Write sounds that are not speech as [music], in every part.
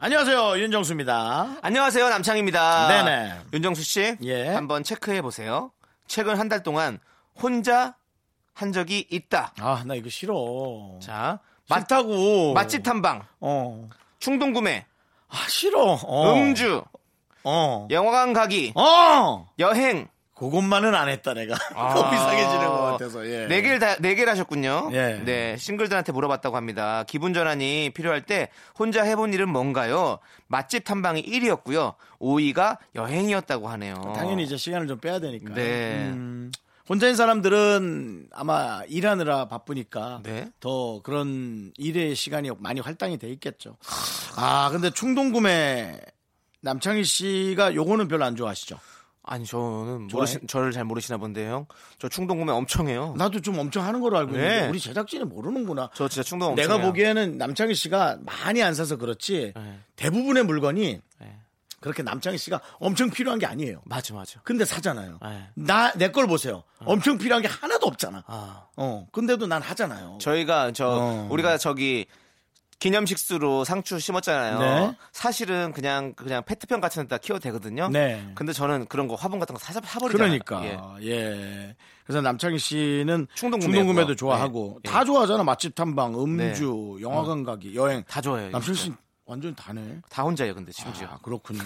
안녕하세요 윤정수입니다. 안녕하세요 남창입니다. 네네. 윤정수 씨, 예. 한번 체크해 보세요. 최근 한 달 동안 혼자 한 적이 있다. 아 나 이거 싫어. 자, 맛, 맞다고. 맛집 탐방, 어. 충동 구매, 아 싫어. 어. 음주, 어. 영화관 가기, 어. 아. 여행. 그것만은 안 했다 내가. [laughs] 너무 이상해지는 것 같아서. 예. 네 개를 다, 네 개를 하셨군요. 예. 네, 싱글들한테 물어봤다고 합니다. 기분 전환이 필요할 때 혼자 해본 일은 뭔가요? 맛집 탐방이 1위였고요. 5위가 여행이었다고 하네요. 어. 당연히 이제 시간을 좀 빼야 되니까. 네. 음, 혼자인 사람들은 아마 일하느라 바쁘니까 네. 더 그런 일의 시간이 많이 할당이 돼 있겠죠. 아 근데 충동 구매 남창희 씨가 요거는 별로 안 좋아하시죠? 아니 저는 좋아해? 모르시, 저를 잘 모르시나 본데 형. 저 충동 구매 엄청 해요. 나도 좀 엄청 하는 걸로 알고 있는데 어. 네. 우리 제작진이 모르는구나. 저 진짜 충동 엄청 내가 해요. 보기에는 남창희 씨가 많이 안 사서 그렇지 네. 대부분의 물건이 네. 그렇게 남창희 씨가 엄청 필요한 게 아니에요. 맞아 맞아. 근데 사잖아요. 네. 나 내 걸 보세요. 엄청 필요한 게 하나도 없잖아. 아 어, 근데도 난 하잖아요. 저희가 저 어. 우리가 저기 기념식수로 상추 심었잖아요. 네. 사실은 그냥 그냥 페트병 같은 데다 키워도 되거든요. 네. 근데 저는 그런 거 화분 같은 거 사서 사버리잖아요. 그러니까 예. 예. 그래서 남창희 씨는 충동 충동 구매도 구매고요. 좋아하고 예. 네. 어. 다 좋아하잖아. 맛집 탐방, 음주, 영화관 가기, 여행. 다 좋아해요. 남창희 진짜. 씨 완전 다네. 다 혼자예요, 근데 심지어. 아, 그렇군요.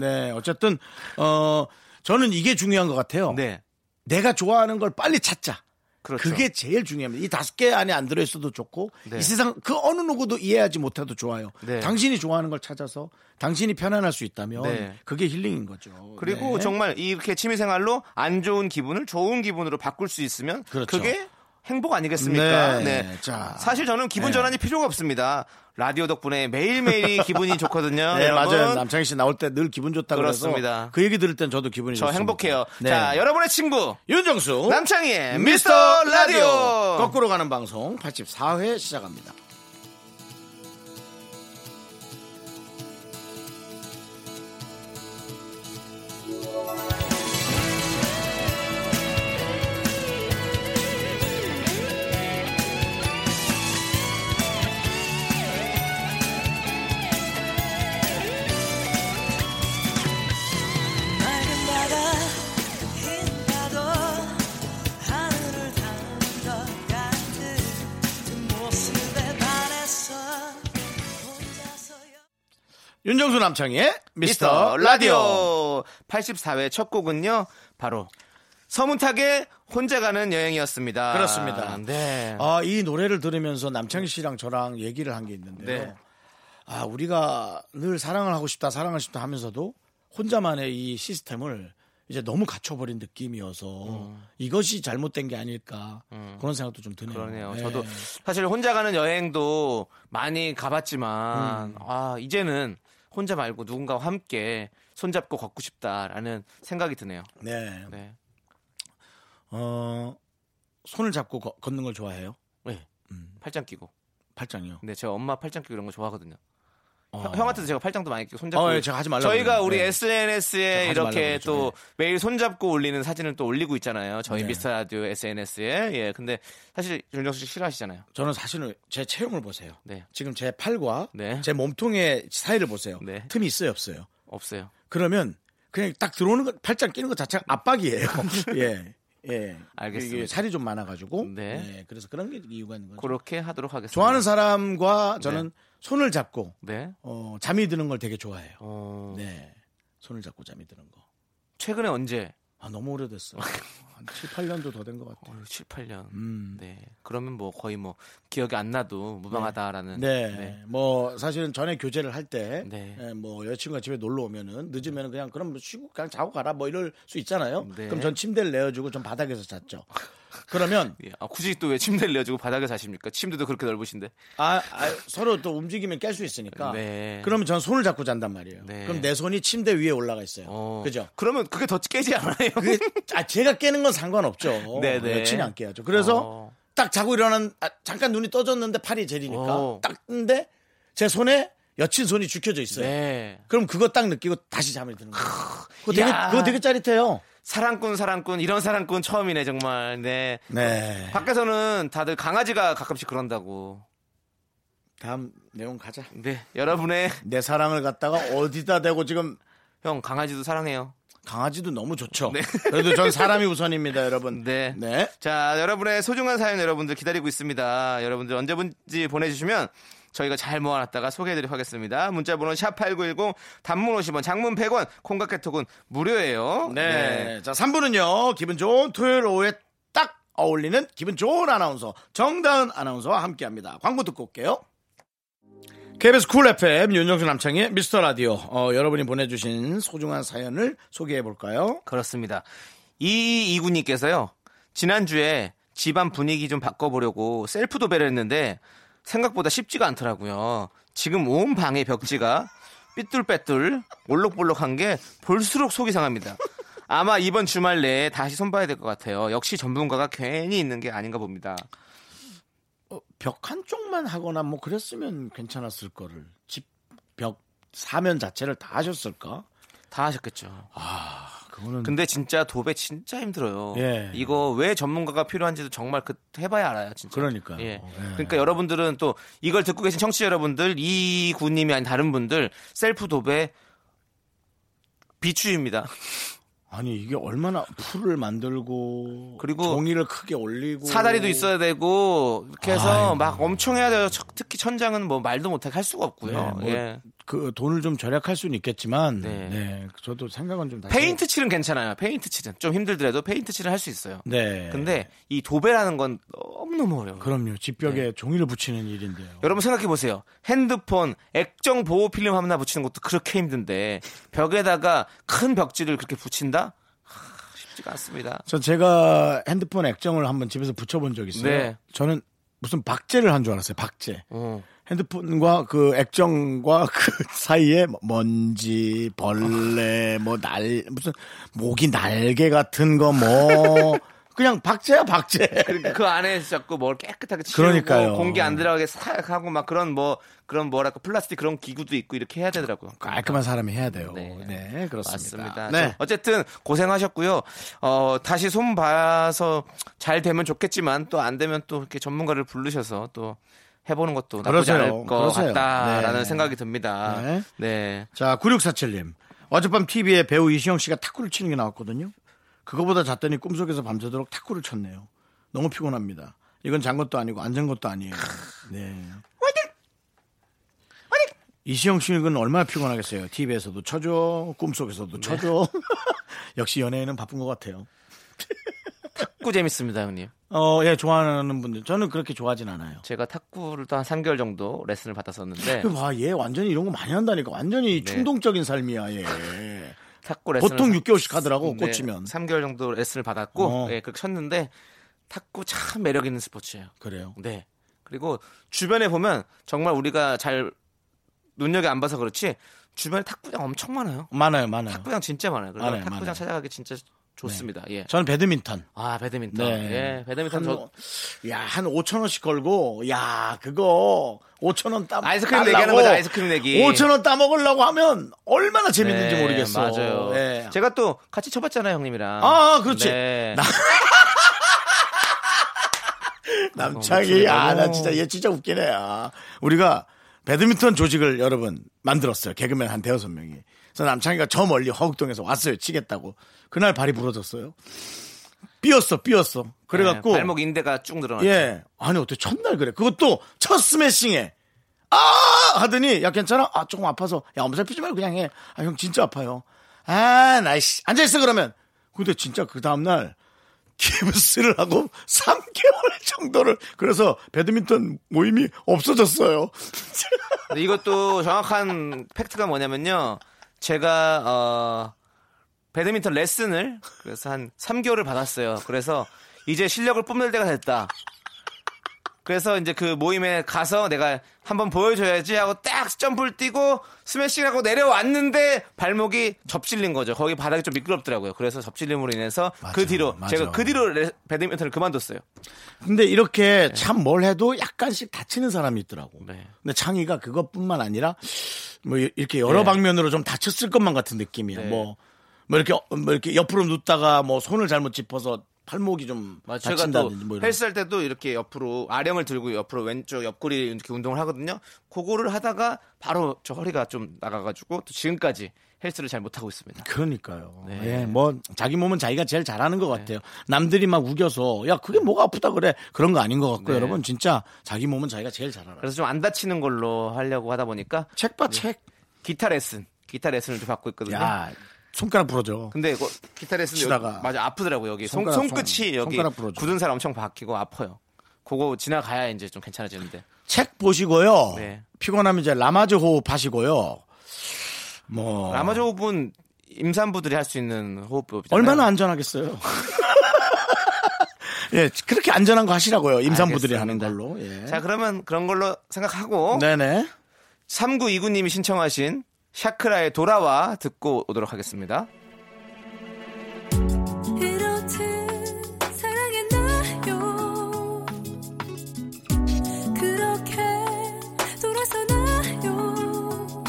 네, 어쨌든 어 저는 이게 중요한 것 같아요. 네. 내가 좋아하는 걸 빨리 찾자. 그렇죠. 그게 제일 중요합니다. 이 다섯 개 안에 안 들어있어도 좋고 네. 이 세상 그 어느 누구도 이해하지 못해도 좋아요. 네. 당신이 좋아하는 걸 찾아서 당신이 편안할 수 있다면 네. 그게 힐링인 거죠. 그리고 네. 정말 이렇게 취미 생활로 안 좋은 기분을 좋은 기분으로 바꿀 수 있으면 그렇죠. 그게 행복 아니겠습니까? 네. 네. 자. 네. 사실 저는 기분 전환이 필요가 없습니다. 라디오 [laughs] 덕분에 매일매일이 기분이 좋거든요. 네, 여러분. 맞아요. 남창희 씨 나올 때 늘 기분 좋다 그래서 그렇습니다. 그 얘기 들을 땐 저도 기분이 저 좋습니다. 행복해요. 네. 어? 자, 여러분의 친구 윤정수 남창희의 미스터 라디오. 거꾸로 가는 방송 84회 시작합니다. 맑은 바다 흰 파도 하늘을 닿는 것 같은 그 모습에 반해서 혼자서 윤정수 남창희의 미스터 라디오 84회 첫 곡은요. 바로 서문탁의 혼자 가는 여행이었습니다. 그렇습니다. 네. 아, 이 노래를 들으면서 남창희 씨랑 저랑 얘기를 한 게 있는데요. 네. 아, 우리가 늘 사랑을 하고 싶다, 사랑을 싶다 하면서도 혼자만의 이 시스템을 이제 너무 갇혀버린 느낌이어서 이것이 잘못된 게 아닐까 그런 생각도 좀 드네요. 음. 그러네요. 네. 저도 사실 혼자 가는 여행도 많이 가봤지만 음. 아 이제는 혼자 말고 누군가와 함께 손잡고 걷고 싶다라는 생각이 드네요. 네. 네. 어, 손을 잡고 거- 걷는 걸 좋아해요? 네. 음. 팔짱 끼고. 팔짱이요. 근데 제가 엄마 팔짱 끼고 이런 거 좋아하거든요. 어. 형, 한테도 제가 팔짱도 많이 끼고 손잡고. 어, 예, 제가 하지 말라고 저희가 그랬는데. 우리 네. SNS에 제가 하지 이렇게 말라고 또 그랬죠. 매일 손잡고 올리는 사진을 또 올리고 있잖아요. 저희 네. 미스터 라디오 SNS에. 예. 근데 사실 윤정수 씨 싫어하시잖아요. 저는 사실은 제 체형을 보세요. 네. 지금 제 팔과 네. 제 몸통의 사이를 보세요. 네. 틈이 있어요, 없어요? 없어요. 그러면 그냥 딱 들어오는 거 팔짱 끼는 거 자체가 [laughs] 압박이에요. [laughs] 예. 예. 알겠습니다. 이게 살이 좀 많아 가지고 네. 예. 그래서 그런 게 이유가 있는 거죠. 그렇게 하도록 하겠습니다. 좋아하는 사람과 저는 손을 잡고 네. 어, 잠이 드는 걸 되게 좋아해요. 어, 네. 손을 잡고 잠이 드는 거. 최근에 언제? 아, 너무 오래됐어. 한 7, 8년도 더 된 것 같아요. 어, 7, 8년. 음. 네. 그러면 뭐 거의 뭐 기억이 안 나도 무방하다라는. 네. 뭐 사실은 전에 교제를 할 때 네. 뭐 여자친구가 집에 놀러 오면은 늦으면 그냥 그럼 뭐 쉬고 그냥 자고 가라 뭐 이럴 수 있잖아요. 네. 그럼 전 침대를 내어 주고 전 바닥에서 잤죠. 그러면 예. 아, 굳이 또 왜 침대를 내주고 바닥에 사십니까? 침대도 그렇게 넓으신데. 아, 아, 서로 또 움직이면 깰 수 있으니까. 네. 그러면 전 손을 잡고 잔단 말이에요. 네. 그럼 내 손이 침대 위에 올라가 있어요. 어. 그죠? 그러면 그게 더 깨지 않아요? [laughs] 그게 아 제가 깨는 건 상관없죠. 네, 네. 여친이 안 깨야죠. 그래서 어. 딱 자고 일어난 아, 잠깐 눈이 떠졌는데 팔이 제리니까 어. 딱 뜬데 제 손에 여친 손이 죽혀져 있어요. 네. 그럼 그거 딱 느끼고 다시 잠이 드는 거예요. 그거 되게, 야. 그거 되게 짜릿해요. 사랑꾼, 사랑꾼, 이런 사랑꾼 처음이네, 정말. 네. 네. 밖에서는 다들 강아지가 가끔씩 그런다고. 다음 내용 가자. 네. 여러분의, 내 사랑을 갖다가 어디다 대고 지금 형, 강아지도 사랑해요. 강아지도 너무 좋죠. 그래도 전 사람이 우선입니다, 여러분. 네. 네. 자, 여러분의 소중한 사연 여러분들 기다리고 있습니다. 여러분들 언제든지 보내주시면 저희가 잘 모아놨다가 소개해드리도록 하겠습니다. 문자번호 샵8910, 단문 50원, 장문 100원, 콩과 깨톡은 무료예요. 네. 자, 3부는요, 기분 좋은 토요일 오후에 딱 어울리는 기분 좋은 아나운서, 정다은 아나운서와 함께 합니다. 광고 듣고 올게요. KBS 쿨 FM 윤정수 남창의 미스터 라디오 어, 여러분이 보내주신 소중한 사연을 소개해 볼까요? 그렇습니다. 이 이구님께서요. 지난주에 집안 분위기 좀 바꿔보려고 셀프 도배를 했는데 생각보다 쉽지가 않더라고요. 지금 온 방의 벽지가 삐뚤빼뚤 올록볼록한 게 볼수록 속이 상합니다. 아마 이번 주말 내에 다시 손봐야 될 것 같아요. 역시 전문가가 괜히 있는 게 아닌가 봅니다. 어, 벽 한쪽만 하거나 뭐 그랬으면 괜찮았을 거를 집 벽 사면 자체를 다 하셨을까? 다 하셨겠죠. 그거는 근데 진짜 도배 진짜 힘들어요. 음. 예. 이거 왜 전문가가 필요한지도 정말 그 해봐야 알아요, 진짜. 그러니까요. 예. 예. 그러니까 여러분들은 또 이걸 듣고 계신 청취자 여러분들, 이 군님이 아닌 다른 분들 셀프 도배 비추입니다. 아니 이게 얼마나 풀을 만들고 그리고 종이를 크게 올리고 사다리도 있어야 되고 이렇게 해서 아이고. 막 엄청 해야 돼요. 척- 특히 천장은 뭐 말도 못하게 할 수가 네, 없고요. 뭐 예. 그 돈을 좀 절약할 수는 있겠지만 네. 네. 저도 생각은 좀 다시 페인트 칠은 괜찮아요. 페인트 칠은 좀 힘들더라도 페인트 칠은 할 수 있어요. 네 근데 이 도배라는 건 너무 너무 어려워요. 그럼요 집벽에 네. 종이를 붙이는 일인데요 여러분 생각해 보세요. 핸드폰 액정 보호 필름 하나 붙이는 것도 그렇게 힘든데 벽에다가 큰 벽지를 그렇게 붙인다? 하, 쉽지가 않습니다. 전 제가 핸드폰 액정을 한번 집에서 붙여본 적이 있어요 네. 저는 무슨 박제를 한 줄 알았어요 박제 어. 핸드폰과 그 액정과 [laughs] 그 사이에 먼지, 벌레, 뭐 날, 무슨 모기 날개 같은 거 뭐 그냥 박제야 [laughs] 박제. 그- 그 안에 자꾸 뭘 깨끗하게 치우고 그러니까요. 공기 안 들어가게 싹 하고 막 그런 뭐 그런 뭐랄까 플라스틱 그런 기구도 있고 이렇게 해야 되더라고요. 깔끔한 사람이 해야 돼요. 네. 네, 그렇습니다. 맞습니다. 네. 어쨌든 고생하셨고요. 어, 다시 손 봐서 잘 되면 좋겠지만 또 안 되면 또 이렇게 전문가를 부르셔서 또 해보는 것도 나쁘지 그러세요. 않을 것 그러세요. 같다라는 네. 생각이 듭니다. 네. 네. 자, 9647님. 어젯밤 TV에 배우 이시영 씨가 탁구를 치는 게 나왔거든요. 그거보다 잤더니 꿈속에서 밤새도록 탁구를 쳤네요. 너무 피곤합니다. 이건 잔 것도 아니고 안 잔 것도 아니에요. 네. 이시영 씨는 얼마나 피곤하겠어요. TV에서도 쳐줘, 꿈속에서도 쳐줘. [laughs] 역시 연예인은 바쁜 것 같아요. 탁구 재밌습니다, 형님. 어, 예, 좋아하는 분들. 저는 그렇게 좋아하진 않아요. 제가 탁구를 또 한 3개월 정도 레슨을 받았었는데 [laughs] 와, 그 얘 완전히 이런 거 많이 한다니까. 완전히 충동적인 삶이야, 얘. 탁구 레슨 보통 6개월씩 하더라고, 꽂히면. 3개월 정도 레슨을 받았고 어. 예, 그렇게 쳤는데 탁구 참 매력 있는 스포츠예요. 그래요. 네. 그리고 주변에 보면 정말 우리가 잘 눈여겨 안 봐서 그렇지 주변에 탁구장 엄청 많아요. 많아요, 많아요. 탁구장 진짜 많아요. 그래서 많아요, 네, 탁구장 많아요. 찾아가기 진짜 좋습니다. 예. 저는 배드민턴. 아, 배드민턴. 네. 예. 배드민턴 저 야, 한 5천 원씩 걸고, 야, 그거 5천 원 따. 아이스크림 달라고 내기하는 거죠, 아이스크림 내기. 5천 원 따먹으려고 하면 얼마나 재밌는지 네, 모르겠어. 맞아요. 예. 제가 또 같이 쳐봤잖아요, 형님이랑. 아, 그렇지. 네. 남창이, 아, 어, 너무- 나 진짜 얘 진짜 웃기네. 아. 우리가 배드민턴 조직을 여러분 만들었어요. 개그맨 한 대여섯 명이. 그래서 남창이가 저 멀리 허극동에서 왔어요. 치겠다고. 그날 발이 부러졌어요. 삐었어, 삐었어. 그래갖고. 네, 발목 인대가 쭉 늘어났죠. 예. 아니, 어떻게 첫날 그래. 그것도 첫 스매싱에. 아! 하더니, 야, 괜찮아? 아, 조금 아파서. 야, 엄살 피지 말고 그냥 해. 아, 형 진짜 아파요. 아, 나이씨. 앉아있어, 그러면. 근데 진짜 그 다음날, 기브스를 하고 [laughs] 3개월 정도를. 그래서 배드민턴 모임이 없어졌어요. 근데 이것도 정확한 팩트가 뭐냐면요. 제가 어 배드민턴 레슨을 그래서 한 3개월을 받았어요. 그래서 이제 실력을 뽐낼 때가 됐다. 그래서 이제 그 모임에 가서 내가 한번 보여줘야지 하고 딱 점프를 뛰고 스매싱 하고 내려왔는데 발목이 접질린 거죠. 거기 바닥이 좀 미끄럽더라고요. 그래서 접질림으로 인해서 맞아, 그 뒤로 맞아. 제가 그 뒤로 레- 배드민턴을 그만뒀어요. 근데 이렇게 참 뭘 해도 약간씩 다치는 사람이 있더라고. 네. 근데 창희가 그것뿐만 아니라 뭐 이- 이렇게 여러 네. 방면으로 좀 다쳤을 것만 같은 느낌이야. 네. 뭐, 뭐 이렇게 어- 뭐 이렇게 옆으로 눕다가 뭐 손을 잘못 짚어서 팔목이 좀 아, 제가 또 다친다든지 뭐 이런. 헬스할 때도 이렇게 옆으로 아령을 들고 옆으로 왼쪽 옆구리 이렇게 운동을 하거든요. 그거를 하다가 바로 저 허리가 좀 나가가지고 또 지금까지 헬스를 잘 못하고 있습니다. 그러니까요. 네. 예, 뭐 자기 몸은 자기가 제일 잘하는 것 같아요. 남들이 막 우겨서 야 그게 뭐가 아프다 그래 그런 거 아닌 것 같고 네. 여러분 진짜 자기 몸은 자기가 제일 잘 알아요. 그래서 좀 안 다치는 네. 걸로 하려고 하다 보니까 책봐 책. 기타 레슨, 기타 레슨을 좀 받고 있거든요. 야 손가락 부러져. 근데 이거 기타 레슨 치다가. 여기, 맞아 아프더라고 여기 손, 손가락, 끝이 손, 여기 손가락 부러져. 굳은 살 엄청 박히고 아파요. 그거 지나가야 이제 좀 괜찮아지는데. 책 보시고요. 네. 피곤하면 이제 라마즈 호흡 하시고요. 뭐 라마조 호흡은 임산부들이 할 수 있는 호흡법이잖아요. 얼마나 안전하겠어요. [laughs] 예, 그렇게 안전한 거 하시라고요. 임산부들이 알겠습니다. 하는 걸로. 예. 자 그러면 그런 걸로 생각하고 네네. 3929님이 신청하신 샤크라의 돌아와 듣고 오도록 하겠습니다. 이렇듯 사랑했나요 그렇게 돌아서나요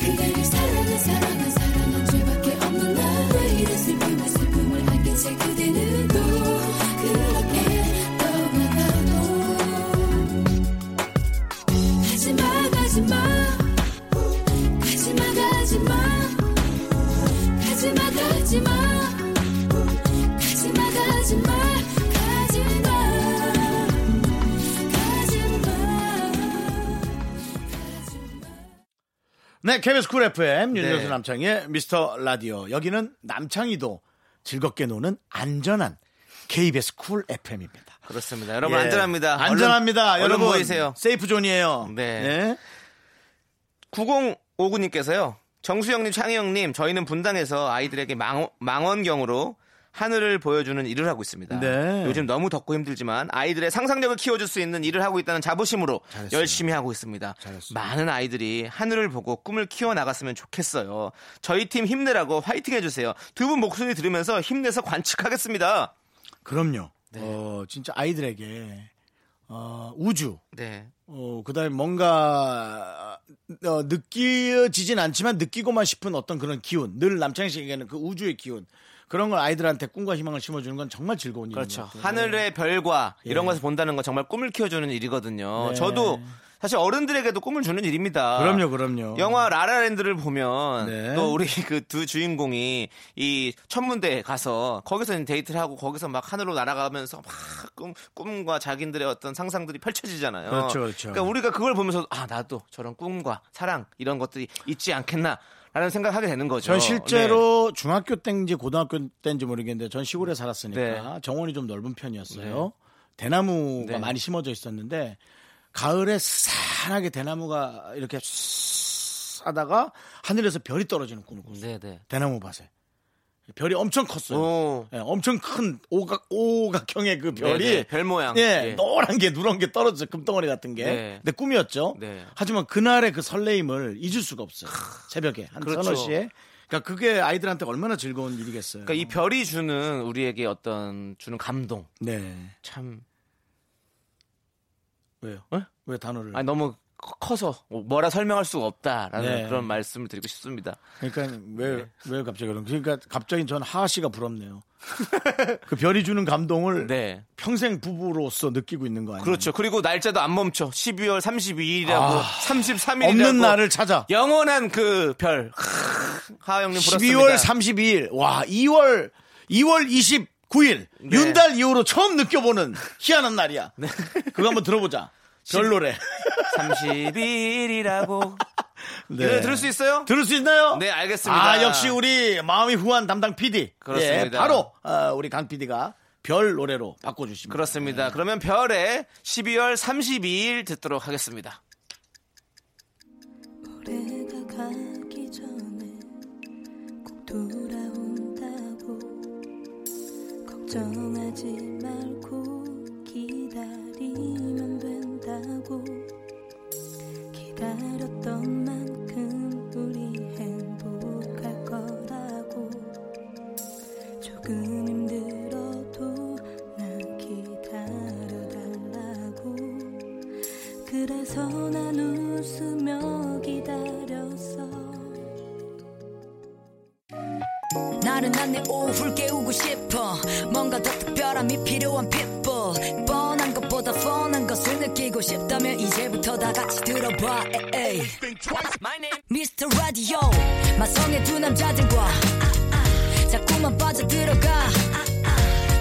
그대를 사랑해 사랑한 사랑한 죄밖에 없는 나왜 이런 슬픔에 슬픔을 안겨채 그대는 또 그렇게 떠나가고 가지마 가지마 가지마 가지마 가지마 가지마 가지마 가지마 가지마 가지마 가지마 네, KBS 쿨 FM 윤정수 네. 남창의 미스터 라디오. 여기는 남창이도 즐겁게 노는 안전한 KBS 쿨 FM입니다. 그렇습니다. 여러분 안전합니다. 예. 안전합니다. 얼른, 여러분 얼른 모이세요. 세이프 존이에요. 네. 9059님께서요. 정수영님, 창희영님, 저희는 분당에서 아이들에게 망, 망원경으로 하늘을 보여주는 일을 하고 있습니다. 네. 요즘 너무 덥고 힘들지만 아이들의 상상력을 키워줄 수 있는 일을 하고 있다는 자부심으로 잘했어요. 열심히 하고 있습니다. 잘했어요. 많은 아이들이 하늘을 보고 꿈을 키워 나갔으면 좋겠어요. 저희 팀 힘내라고 화이팅 해주세요. 두 분 목소리 들으면서 힘내서 관측하겠습니다. 그럼요. 네. 어, 진짜 아이들에게 어, 우주 네, 어, 그다음에 뭔가 어, 느껴지진 않지만 느끼고만 싶은 어떤 그런 기운. 늘 남창희 씨에게는 그 우주의 기운. 그런 걸 아이들한테 꿈과 희망을 심어주는 건 정말 즐거운 일인 그렇죠. 것 같아요. 하늘의 별과 이런 뭐 네. 예. 것을 본다는 건 정말 꿈을 키워주는 일이거든요. 네. 저도 사실 어른들에게도 꿈을 주는 일입니다. 그럼요, 그럼요. 영화 라라랜드를 보면 네. 또 우리 [laughs] 그 두 주인공이 이 천문대에 가서 거기서 이제 데이트를 하고 거기서 막 하늘로 날아가면서 막 꿈, 꿈과 자기들의 어떤 상상들이 펼쳐지잖아요. 그렇죠, 그렇죠. 러니까 우리가 그걸 보면서 아 나도 저런 꿈과 사랑 이런 것들이 있지 않겠나라는 생각하게 을 되는 거죠. 전 실제로 네. 중학교 때인지 고등학교 때인지 모르겠는데 전 시골에 살았으니까 네. 정원이 좀 넓은 편이었어요. 대나무가 네. 많이 심어져 있었는데 가을에 산하게 대나무가 이렇게 쏵 하다가 하늘에서 별이 떨어지는 꿈을 꿨어요. 네, 네. 대나무 밭에. 별이 엄청 컸어요. 오. 예, 엄청 큰 오각 오각형의 그 별이 네, 네, 별 모양. 예, 예. 노란 게 누런 게 떨어져 금덩어리 같은 게. 네. 근데 꿈이었죠. 네. 하지만 그날의 그 설레임을 잊을 수가 없어요. 새벽에 한 그렇죠. 서너 시에. 그러니까 그게 아이들한테 얼마나 즐거운 일이겠어요. 그러니까 이 별이 주는 우리에게 어떤 주는 감동 네. 참 왜요? 어? 왜 단어를? 아 너무 커- 커서 뭐라 설명할 수가 없다라는 네. 그런 말씀을 드리고 싶습니다. 그러니까 왜 네. 왜 갑자기 그런? 그러니까 갑자기 전 하하 씨가 부럽네요. [laughs] 그 별이 주는 감동을 네. 평생 부부로서 느끼고 있는 거 아니에요? 그렇죠. 그리고 날짜도 안 멈춰. 12월 32일이라고 음. 아, 33일이라고 없는 날을 찾아. 영원한 그 별. 크으, 하영님 부럽습니다. 12월 32일, 와, 2월, 2월 29일, 네. 윤달 이후로 처음 느껴보는 희한한 [laughs] 날이야. 그거 한번 들어보자. 별 노래. 네. 30일이라고. [laughs] 네. 들을 수 있어요? 들을 수 있나요? 네, 알겠습니다. 아, 역시 우리 마음이 후한 담당 PD. 그렇습니다. 예, 바로, 어, 우리 강 PD가 별 노래로 바꿔주십니다. 그렇습니다. 그러면 별에 12월 32일 듣도록 하겠습니다. 올해가 가기 전에 꼭 돌아온다고 걱정 걱정하지 말고 기다리면 된다고 기다렸던 만큼 우리 행복할 거라고 조금 힘들어도 난 기다려달라고 그래서 난 웃으며 기다렸어 나른한 내 오후를 깨우고 싶어 뭔가 더 특별함이 필요한 people 뻔한 것보다 뻔한 것을 느끼고 싶다면 이제부터 다 같이 들어봐 에이. Mr. Radio 마성의 두 남자들과 자꾸만 빠져들어가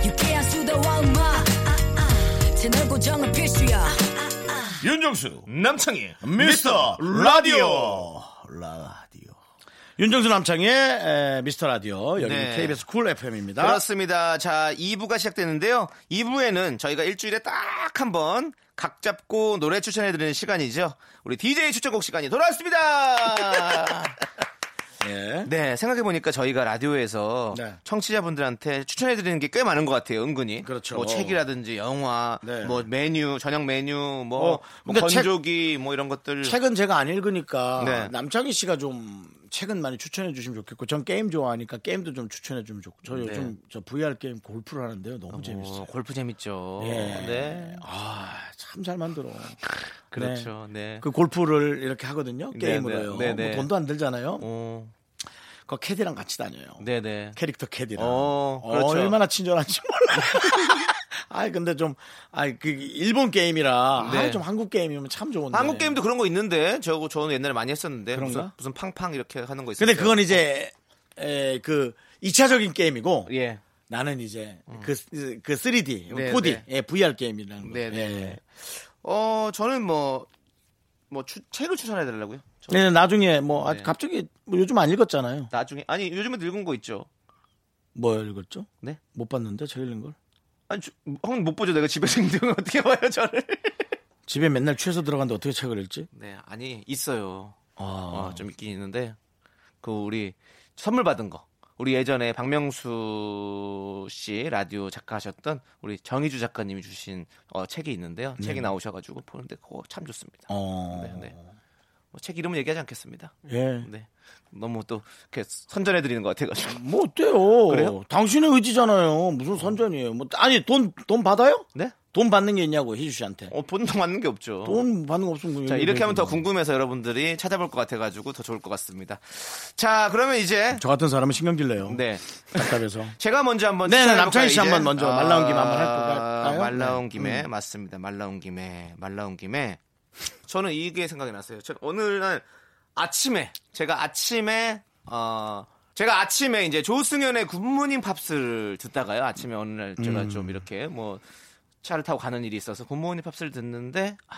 유쾌한 수다와 음악 채널 고정은 필수야 윤정수 남창희 미스터 라디오 라디오 윤정수 남창의 에, 미스터 라디오 여기 네. 는 KBS 쿨 FM입니다. 그렇습니다. 자, 2부가 시작되는데요. 2부에는 저희가 일주일에 딱 한 번 각 잡고 노래 추천해드리는 시간이죠. 우리 DJ 추천곡 [laughs] 시간이 돌아왔습니다. 예. 네, 생각해보니까 저희가 라디오에서 네. 청취자분들한테 추천해드리는 게 꽤 많은 것 같아요, 은근히. 그렇죠. 뭐 책이라든지 영화, 네. 뭐 메뉴, 저녁 메뉴, 뭐, 어, 뭐 근데 책- 건조기, 뭐 이런 것들. 책은 제가 안 읽으니까 네. 남창희 씨가 좀 책은 많이 추천해 주시면 좋겠고 전 게임 좋아하니까 게임도 좀 추천해 주면 좋고 저 요즘 저 VR 게임 골프를 하는데요 너무 네. 어, 재밌어요. 골프 재밌죠. 예. 네. 아참 잘 만들어. 그렇죠. 네. 그 골프를 이렇게 하거든요 네, 게임으로요. 네, 네, 네. 뭐 돈도 안 들잖아요. 어, 그 캐디랑 같이 다녀요. 네네. 캐릭터 캐디랑. 어, 그렇죠. 얼마나 친절한지 몰라. [laughs] 아이 근데 좀 아이 그 일본 게임이라 네. 아이, 좀 한국 게임이면 참 좋은데. 한국 게임도 그런 거 있는데 저거 저는 옛날에 많이 했었는데 그런가? 무슨, 무슨 팡팡 이렇게 하는 거 있어요. 근데 그건 이제 에, 그 2차적인 게임이고 예. 음. 나는 이제 그, 그 3D, 네, 4D, 네. 예, VR 게임이라는 거. 네, 네. 예. 어 저는 뭐뭐 책을 추천해 달라고요. 저 네, 나중에 뭐 아, 네. 갑자기 뭐 요즘 안 읽었잖아요. 나중에 아니 요즘에 늙은 거 있죠. 뭐 읽었죠? 네? 못 봤는데 제가 읽는 걸. 아니 저- 형님 못 보죠. 내가 집에서 읽는 걸 어떻게 봐요 저를? 집에 맨날 취해서 들어갔는데 어떻게 책을 읽지? [laughs] 네 아니 있어요. 아, 어, 좀 있긴 있는데 그 우리 선물 받은 거. 우리 예전에 박명수 씨 라디오 작가하셨던 우리 정희주 작가님이 주신 어, 책이 있는데요. 책이 나오셔가지고 보는데 그거 참 좋습니다. 어. 네, 네. 뭐책 이름은 얘기하지 않겠습니다. 예. 네. 너무 또 이렇게 선전해 드리는 것 같아가지고. 뭐 어때요? 그래요? 당신의 의지잖아요. 무슨 선전이에요? 뭐 아니 돈 돈 받아요? 네? 돈 받는 게 있냐고 희주 씨한테. 어, 본도 맞는 게 없죠. 돈 받는 거 없으면 자, 이렇게 하면 더 궁금해서 여러분들이 찾아볼 것 같아가지고 더 좋을 것 같습니다. 자, 그러면 이제 저 같은 사람은 신경질 내요. 네. 답답해서. 제가 먼저 한번 네, 네, 추천해볼까요, 남창희 씨 이제? 아, 한번 먼저 말 나온 김에 한번 할까요? 말 나온 네. 김에 맞습니다. 말 나온 김에 말 나온 김에 저는 이게 생각이 났어요. 제가 어느 날 아침에 제가 아침에 어 제가 아침에 이제 조승연의 굿모닝 팝스를 듣다가요. 아침에 어느 날 제가 좀 이렇게 뭐 차를 타고 가는 일이 있어서 굿모닝 팝스를 듣는데 아,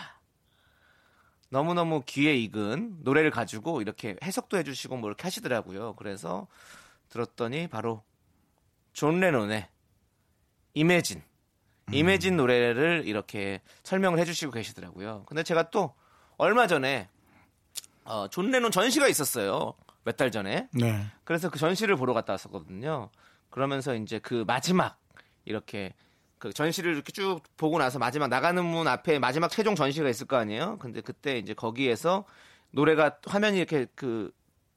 너무너무 귀에 익은 노래를 가지고 이렇게 해석도 해주시고 뭐 이렇게 하시더라고요. 그래서 들었더니 바로 존 레논의 이매진 음. 이매진 노래를 이렇게 설명을 해주시고 계시더라고요. 근데 제가 또 얼마 전에 어, 존 레논 전시가 있었어요. 몇 달 전에. 네. 그래서 그 전시를 보러 갔다 왔었거든요. 그러면서 이제 그 마지막 이렇게 그 전시를 이렇게 쭉 보고 나서 마지막 나가는 문 앞에 마지막 최종 전시가 있을 거 아니에요. 근데 그때 이제 거기에서 노래가 화면이 이렇게 그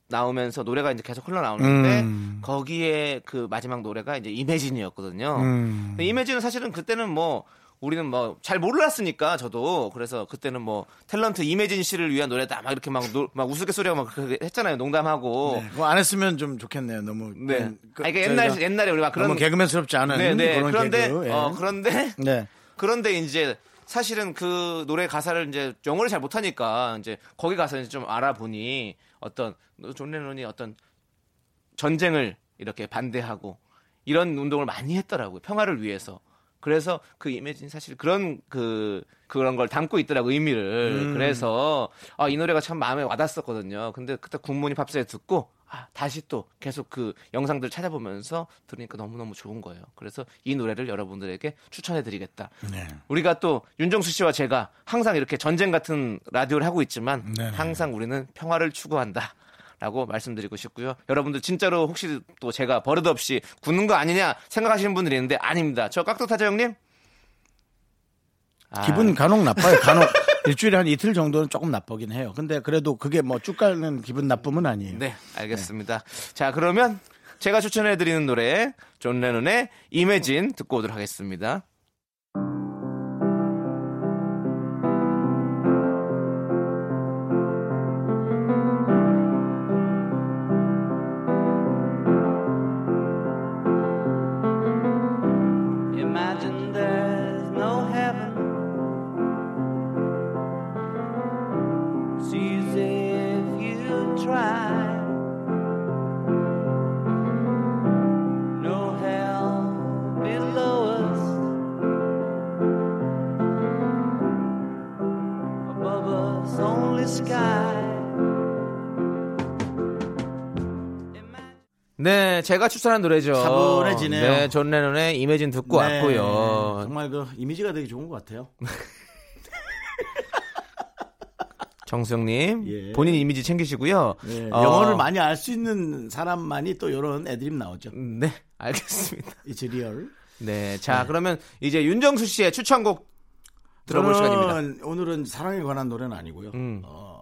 나오면서 노래가 이제 계속 흘러나오는데 음. 거기에 그 마지막 노래가 이제 이매진이었거든요. 음. 근데 이매진은 사실은 그때는 뭐 우리는 뭐 잘 몰랐으니까 저도 그래서 그때는 뭐 탤런트 이매진 씨를 위한 노래다 막 이렇게 막, 노- 막 우스갯소리하고 막 그렇게 했잖아요 농담하고 네. 그거 안 했으면 좀 좋겠네요. 너무. 네. 그냥 그- 아니, 그러니까 옛날 저희가 옛날에 우리 막 그런 너무 개그맨스럽지 않은 네, 네. 그런 그런데 개그. 예. 어 그런데 네. 그런데 이제 사실은 그 노래 가사를 이제 영어를 잘 못하니까 이제 거기 가서 이제 좀 알아보니 어떤 존 레논이 어떤 전쟁을 이렇게 반대하고 이런 운동을 많이 했더라고요 평화를 위해서 그래서 그 이미지는 사실 그런 그 그런 걸 담고 있더라고 의미를 그래서 아, 이 노래가 참 마음에 와닿았었거든요 근데 그때 굿모닝 팝스에 듣고 아, 다시 또 계속 그 영상들 찾아보면서 들으니까 너무너무 좋은 거예요 그래서 이 노래를 여러분들에게 추천해드리겠다 네. 우리가 또 윤정수 씨와 제가 항상 이렇게 전쟁 같은 라디오를 하고 있지만 네네. 항상 우리는 평화를 추구한다. 라고 말씀드리고 싶고요. 여러분들 진짜로 혹시 또 제가 버릇없이 굳는 거 아니냐 생각하시는 분들이 있는데 아닙니다. 저 깍두타자 형님? 아, 기분 간혹 나빠요. 간혹 [laughs] 일주일에 한 이틀 정도는 조금 나쁘긴 해요. 근데 그래도 그게 뭐 쭉 가는 기분 나쁨은 아니에요. 네, 알겠습니다. 자, 그러면 제가 추천해드리는 노래, 존 레논의 이매진 듣고 오도록 하겠습니다. Imagine there's no heaven. It's easy if you try. No hell below us. Above us, only sky. 네, 제가 추천한 노래죠. 차분해지네요. 네, 존 레논의 이매진 듣고 네, 왔고요. 정말 그 이미지가 되게 좋은 것 같아요. 정수영님, 예. 본인 이미지 챙기시고요. 예, 어, 영어를 많이 알 수 있는 사람만이 또 이런 애드립 나오죠. 네, 알겠습니다. It's real. 네, 자, 그러면 이제 윤정수 씨의 추천곡 들어볼 저는 시간입니다. 음. 오늘은 사랑에 관한 노래는 아니고요. 어,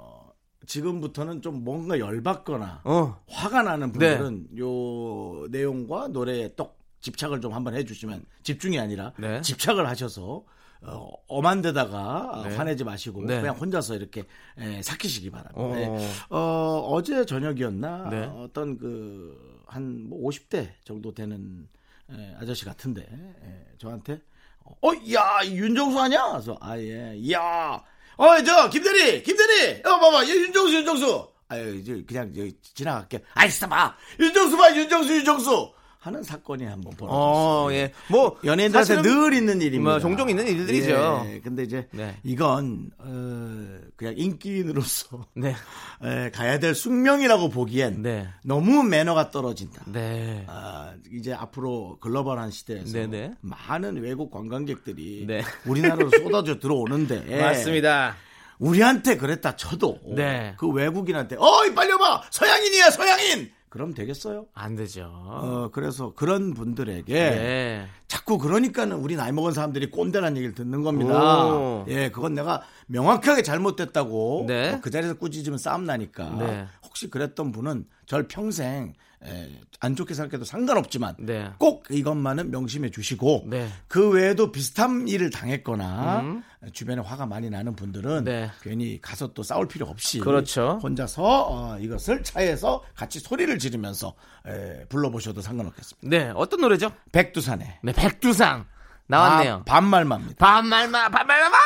지금부터는 좀 뭔가 열받거나 어, 화가 나는 네. 분들은 요 내용과 노래에 똑 집착을 좀 한번 해주시면 집중이 아니라 네. 집착을 하셔서 어, 엄한 데다가 네. 화내지 마시고 네. 그냥 혼자서 이렇게 에, 삭히시기 바랍니다. 어. 네. 어, 어제 저녁이었나 네. 어떤 그 한 뭐 50대 정도 되는 에, 아저씨 같은데 에, 저한테 어, 야, 윤정수 아니야? 그래서 아 예, 야, 어, 저 김대리, 김대리, 어, 봐봐, 얘 윤정수, 윤정수. 아유, 이제 그냥 여기 지나갈게. 아이스 봐, 윤정수 봐, 윤정수, 윤정수. 하는 사건이 한번 벌어졌어요. 어, 예. 뭐, 연예인들한테 사실은- 늘 있는 일입니다. 뭐, 종종 있는 일들이죠. 예, 근데 이제 네. 이건 어, 그냥 인기인으로서 네. 에, 가야 될 숙명이라고 보기엔 네. 너무 매너가 떨어진다. 네. 아, 이제 앞으로 글로벌한 시대에서 네네. 많은 외국 관광객들이 네. 우리나라로 쏟아져 들어오는데 [laughs] 맞습니다. 우리한테 그랬다 쳐도 네. 그 외국인한테 어이 빨리 와봐 서양인이야 서양인 그럼 되겠어요? 안 되죠. 어, 그래서 그런 분들에게 네. 자꾸 그러니까는 우리 나이 먹은 사람들이 꼰대라는 얘기를 듣는 겁니다. 오. 예, 그건 내가 명확하게 잘못됐다고 네. 어, 그 자리에서 꾸짖으면 싸움 나니까 네. 혹시 그랬던 분은 절 평생 에, 안 좋게 생각해도 상관없지만 네. 꼭 이것만은 명심해 주시고 네. 음. 그 외에도 비슷한 일을 당했거나 주변에 화가 많이 나는 분들은 네. 괜히 가서 또 싸울 필요 없이 그렇죠. 혼자서 어, 이것을 차에서 같이 소리를 지르면서 에, 불러보셔도 상관없겠습니다. 네, 어떤 노래죠? 백두산에 네, 백두상. 나왔네요. 반, 말만 합니다. 반말마, 반말마,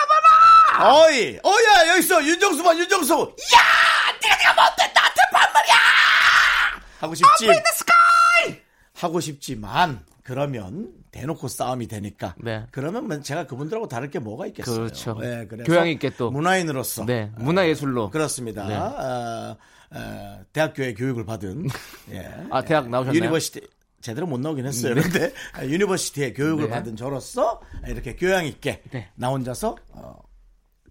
반말마! 어이, 어야 여기 있어 윤정수 봐 윤정수. 야, 네가 네가 뭔데 나한테 반말이야? 하고 싶지. 하고 싶지만 그러면 대놓고 싸움이 되니까. 네. 그러면 뭐 제가 그분들하고 다를 게 뭐가 있겠어요. 그렇죠. 예, 그래서 교양 있게 또. 문화인으로서. 네, 문화예술로. 그렇습니다. 네. 어, 어, 대학교의 교육을 [laughs] 받은. 예. 아, 대학 나오셨나요? 유니버시티 제대로 못 나오긴 했어요. 그런데 유니버시티의 교육을 네. 받은 저로서 이렇게 교양 있게 네. 나 혼자서 어,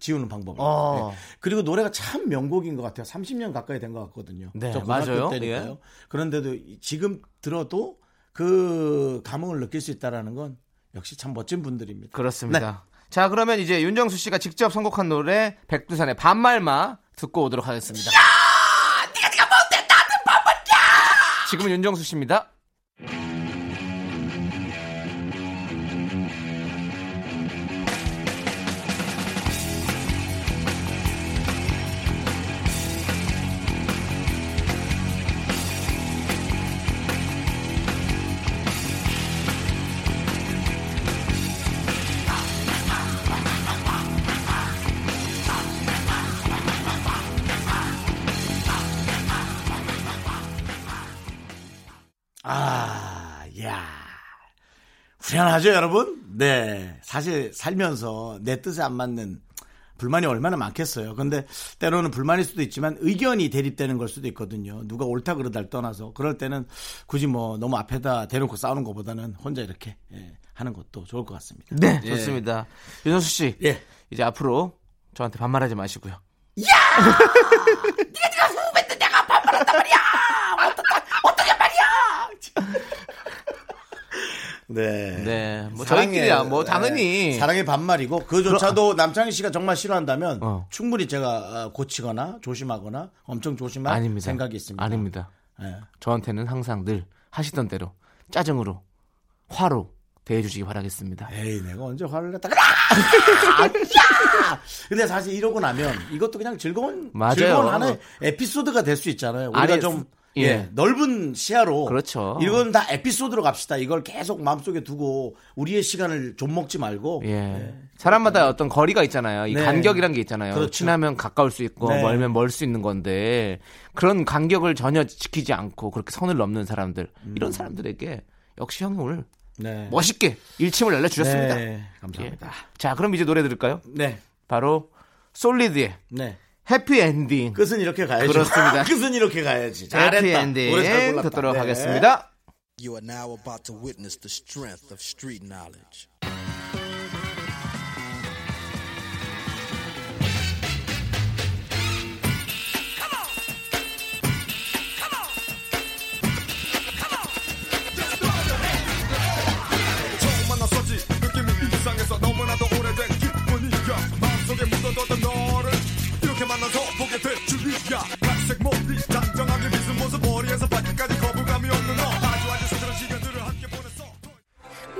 지우는 방법. 어. 네. 그리고 노래가 참 명곡인 것 같아요. 30년 가까이 된 것 같거든요. 네, 저 고등학교 맞아요. 때니까요. 예. 그런데도 이- 지금 들어도 그 감흥을 느낄 수 있다라는 건 역시 참 멋진 분들입니다. 그렇습니다. 네. 자, 그러면 이제 윤정수 씨가 직접 선곡한 노래 백두산의 반말마 듣고 오도록 하겠습니다. 야! 네가 네가 뭔데 나한테 반말이야! 지금은 윤정수 씨입니다. 아, 야. 후련하죠, 여러분? 네. 사실 살면서 내 뜻에 안 맞는 불만이 얼마나 많겠어요. 근데 때로는 불만일 수도 있지만 의견이 대립되는 걸 수도 있거든요. 누가 옳다 그러다를 떠나서 그럴 때는 굳이 뭐 너무 앞에다 대놓고 싸우는 것보다는 혼자 이렇게 예, 하는 것도 좋을 것 같습니다. 네, 좋습니다. 윤정수 씨. 예. 이제 앞으로 저한테 반말하지 마시고요. 내가 반말 네. 네, 뭐 사랑의- 저희끼리야, 뭐 당연히. 네, 사랑의 반말이고 그조차도 남창희 씨가 정말 싫어한다면 어. 충분히 제가 어, 고치거나 조심하거나 엄청 조심할 아닙니다. 생각이 있습니다. 아닙니다. 예. 저한테는 항상 늘 하시던 대로 짜증으로 화로 대해주시기 바라겠습니다. 에이 내가 언제 화를 냈다 그래! [laughs] 근데 사실 이러고 나면 이것도 그냥 즐거운 맞아요. 즐거운 하나의 에피소드가 될 수 있잖아요. 우리가 아니, 좀 예. 예. 넓은 시야로 그렇죠. 이건 다 에피소드로 갑시다. 이걸 계속 마음속에 두고 우리의 시간을 좀 먹지 말고 예. 사람마다 어떤 거리가 있잖아요. 이 네. 간격이란 게 있잖아요. 그렇죠. 친하면 가까울 수 있고 네. 멀면 멀 수 있는 건데 그런 간격을 전혀 지키지 않고 그렇게 선을 넘는 사람들 이런 사람들에게 역시 형이 오늘 음. 네. 멋있게 일침을 날려주셨습니다. 네, 예. 감사합니다. 자, 그럼 이제 노래 들을까요? 네. 바로 솔리드의 네. 해피 엔딩. 끝은 이렇게 가야지. [laughs] 그렇습니다. 끝은 이렇게 가야지. 해피 잘했다. 노래 잘 엔딩 골랐다. 듣도록 네. 하겠습니다. You are now about to witness the strength of street knowledge.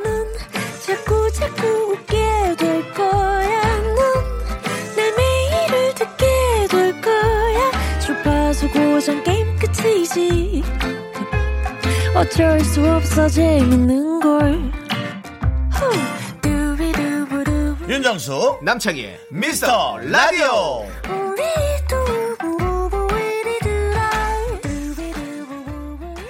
넌 자꾸 자꾸 웃게 될 거야. 넌내 매일을 듣게 될 거야. 주파수 고정 게임 끝이지. 어쩔 수 없어 재밌는 걸. 후. 두비두부두. 윤정수 남창희의 미스터 라디오. 우리 두부부부 우리들아. 두비두부부부 우리들아.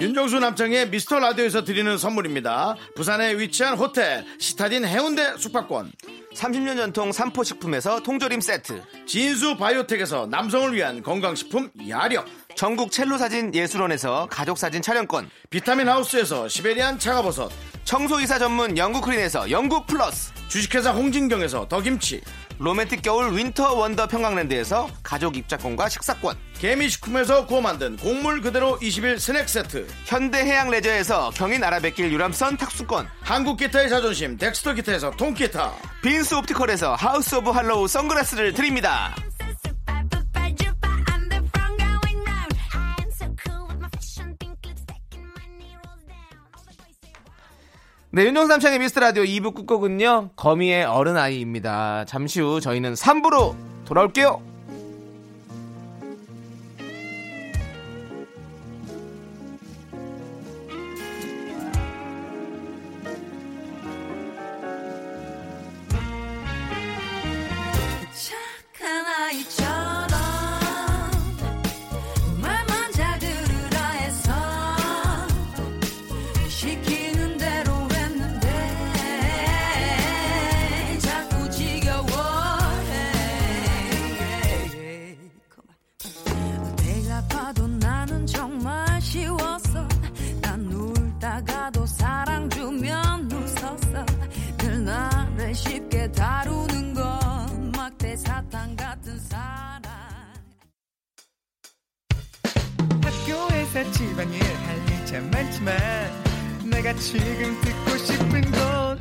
윤정수 남창의 미스터 라디오에서 드리는 선물입니다. 부산에 위치한 호텔 시타딘 해운대 숙박권, 30년 전통 삼포식품에서 통조림 세트 진수 바이오텍에서 남성을 위한 건강식품 야력, 전국 첼로사진 예술원에서 가족사진 촬영권 비타민 하우스에서 시베리안 차가버섯, 청소이사 전문 영국크린에서 영국 플러스 주식회사 홍진경에서 더김치, 로맨틱 겨울 윈터 원더 평강랜드에서 가족 입자권과 식사권 개미식품에서 구워 만든 곡물 그대로 21 스낵 세트, 현대해양 레저에서 경인 아라뱃길 유람선 탁수권 한국 기타의 자존심 덱스터 기타에서 통기타, 빈스 옵티컬에서 하우스 오브 할로우 선글라스를 드립니다 네 윤종삼창의 미스터라디오 2부 끝곡은요 거미의 어른아이입니다 잠시 후 저희는 3부로 돌아올게요 착한 아이처럼 말만 잘 들으라 해서 시키는 대로 했는데 자꾸 지겨워해 내가 봐도 나는 정말 쉬웠어 난 울다가도 사랑 주면 웃었어 늘 나를 쉽게 다루는 건 막대사탕 같은 사랑 학교에서 집안일 할 일 참 많지만 내가 지금 듣고 싶은 건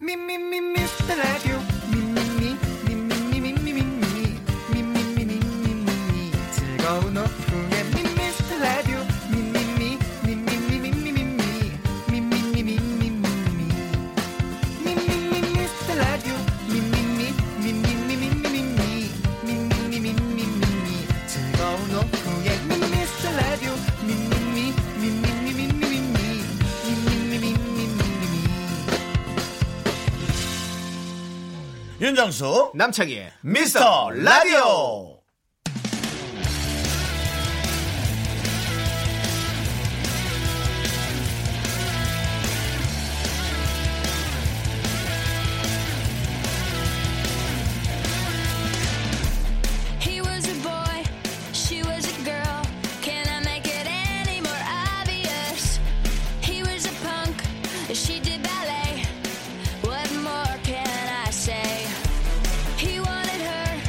미미미 미스터 라디오 미미미 미미미 미미미 미미미 미미미 즐거운 오후에 미스터 라디오 미미미 미미미 미미미 미미미 미미미 윤정수 남창희의 미스터 라디오. He was a boy, she was a girl. Can I make it any more obvious? He was a punk, she did ballet. What more can I say? He wanted her,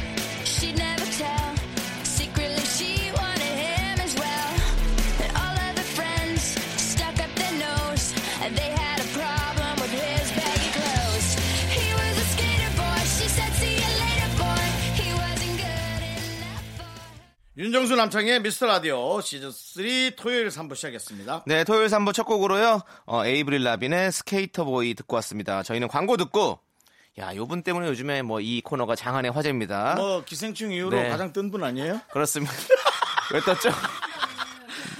윤정수 남창의 미스터 라디오 시즌 3 토요일 3부 시작했습니다. 네, 토요일 3부 첫 곡으로요. 어, 에이브릴 라빈의 스케이터 보이 듣고 왔습니다. 저희는 광고 듣고 야, 요분 때문에 요즘에 뭐 이 코너가 장안의 화제입니다. 뭐 기생충 이후로 네. 가장 뜬 분 아니에요? 그렇습니다. [laughs] 왜 떴죠?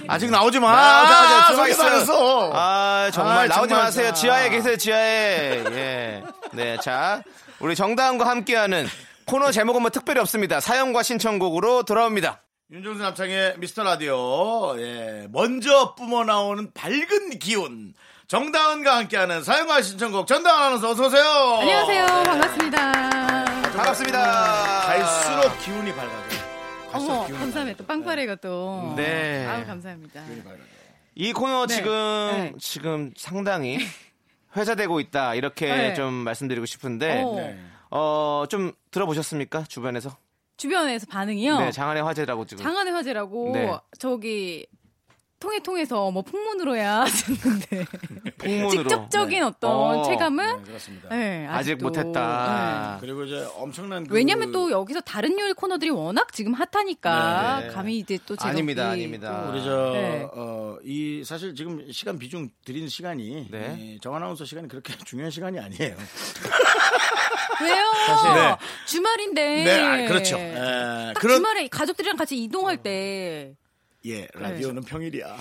아직 나오지 마. 아, 소개 당했어. 아, 정말 아, 나오지 정말. 마세요. 아. 지하에 계세요, 지하에. 예. 네, 자, 우리 정다은과 함께하는 코너 제목은 뭐 특별히 없습니다. 사연과 신청곡으로 돌아옵니다. 윤정수 남창의 미스터 라디오. 예, 먼저 뿜어 나오는 밝은 기운. 정다은과 함께하는 사연과 신청곡 전다은 아나운서 어서 오세요. 안녕하세요. 반갑습니다. 반갑습니다. 갈수록 기운이 밝아져. 어머, 갈수록 기운이 감사합니다. 또 빵빠레가 또. 네. 아우, 감사합니다. 밝아져. 이 코너 네. 지금 네. 지금 상당히 회자되고 있다 이렇게 네. 좀 말씀드리고 싶은데 어, 네. 어 좀 들어보셨습니까 주변에서? 주변에서 반응이요? 네 장안의 화제라고 지금. 어. 장안의 화제라고 네. 저기 통해 통해서 뭐 풍문으로 해야 [laughs] 하는데 풍문으로. 직접적인 네. 어떤 어, 체감은 네, 그렇습니다. 네, 아직 아직도. 네. 못했다. 그리고 이제 엄청난 그- 왜냐면 또 여기서 다른 요리 코너들이 워낙 지금 핫하니까 네. 감히 이제 또 제가 아닙니다, 이- 아닙니다. 우리 저, 네. 어, 이, 사실 지금 시간 비중 드린 시간이, 네. 예, 정 아나운서 시간이 그렇게 [laughs] 중요한 시간이 아니에요. 왜요? 네. 주말인데. 네. 아, 그렇죠. 예, 딱 그런, 주말에 가족들이랑 같이 이동할 때 예, 라디오는 네. 평일이야.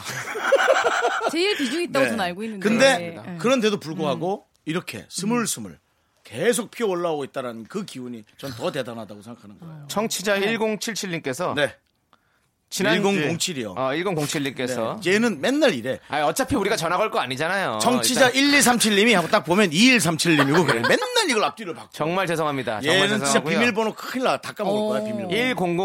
제일 비중 있다고 네. 저는 알고 있는데. 근데, 네. 그런데도 불구하고, 이렇게 스물스물 계속 피어 올라오고 있다는 그 기운이 전 더 대단하다고 생각하는 거예요. 청취자 네. 1077님께서 네. 지난 1007 이요. 어, 1007님께서 얘는 맨날 네. 이래. 아 어차피 우리가 전화 걸 거 아니잖아요. 정치자 일단 1237님이 하고 딱 보면 2137님이고 [laughs] 그래. 맨날 이걸 앞뒤를 바꿔. 정말 죄송합니다. 정말 얘는 진짜 죄송하고요. 비밀번호 큰일 나. 다 까먹을 거야, 어. 비밀번호.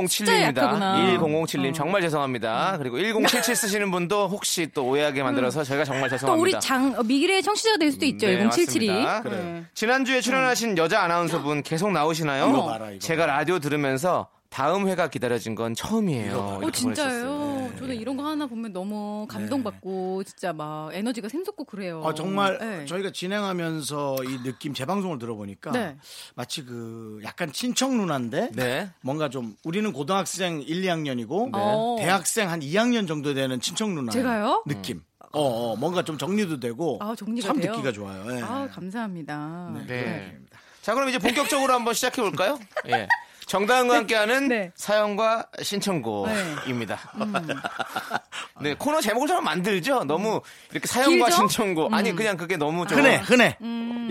1007님입니다. 약하구나. 어. 1007님 정말 죄송합니다. 그리고 1077 쓰시는 분도 혹시 또 오해하게 만들어서 저희가 정말 음. 또 우리 죄송합니다. 장 어, 미래의 청취자가 될 수도 있죠. 네, 1077이. 음. 맞습니다. 지난주에 출연하신 여자 아나운서분 계속 나오시나요? 이거 봐라, 이거 제가 라디오 들으면서 다음 회가 기다려진 건 처음이에요. 어 이렇게 보내주셨어요. 진짜요. 저는 이런 거 하나 보면 너무 감동받고 진짜 막 에너지가 샘솟고 그래요. 아, 정말 네. 저희가 진행하면서 이 느낌 재방송을 들어보니까 네. 마치 그 약간 친척 누나인데 네. 뭔가 좀 우리는 고등학생 1, 2학년이고 어. 대학생 한 2학년 정도 되는 친척 누나 제가요? 느낌. 어, 어, 뭔가 좀 정리도 되고 아, 정리가 참 돼요? 듣기가 좋아요. 예. 아 감사합니다. 네. 자, 그럼 이제 본격적으로 한번 시작해 볼까요? [laughs] 예. 정다은과 함께하는 네. 음. 사연과 신청곡입니다. [laughs] 네, 코너 제목을 좀 만들죠. 너무 이렇게 사연과 길죠? 음. 신청곡. 아니 그냥 그게 너무 좀 아, 흔해, 흔해.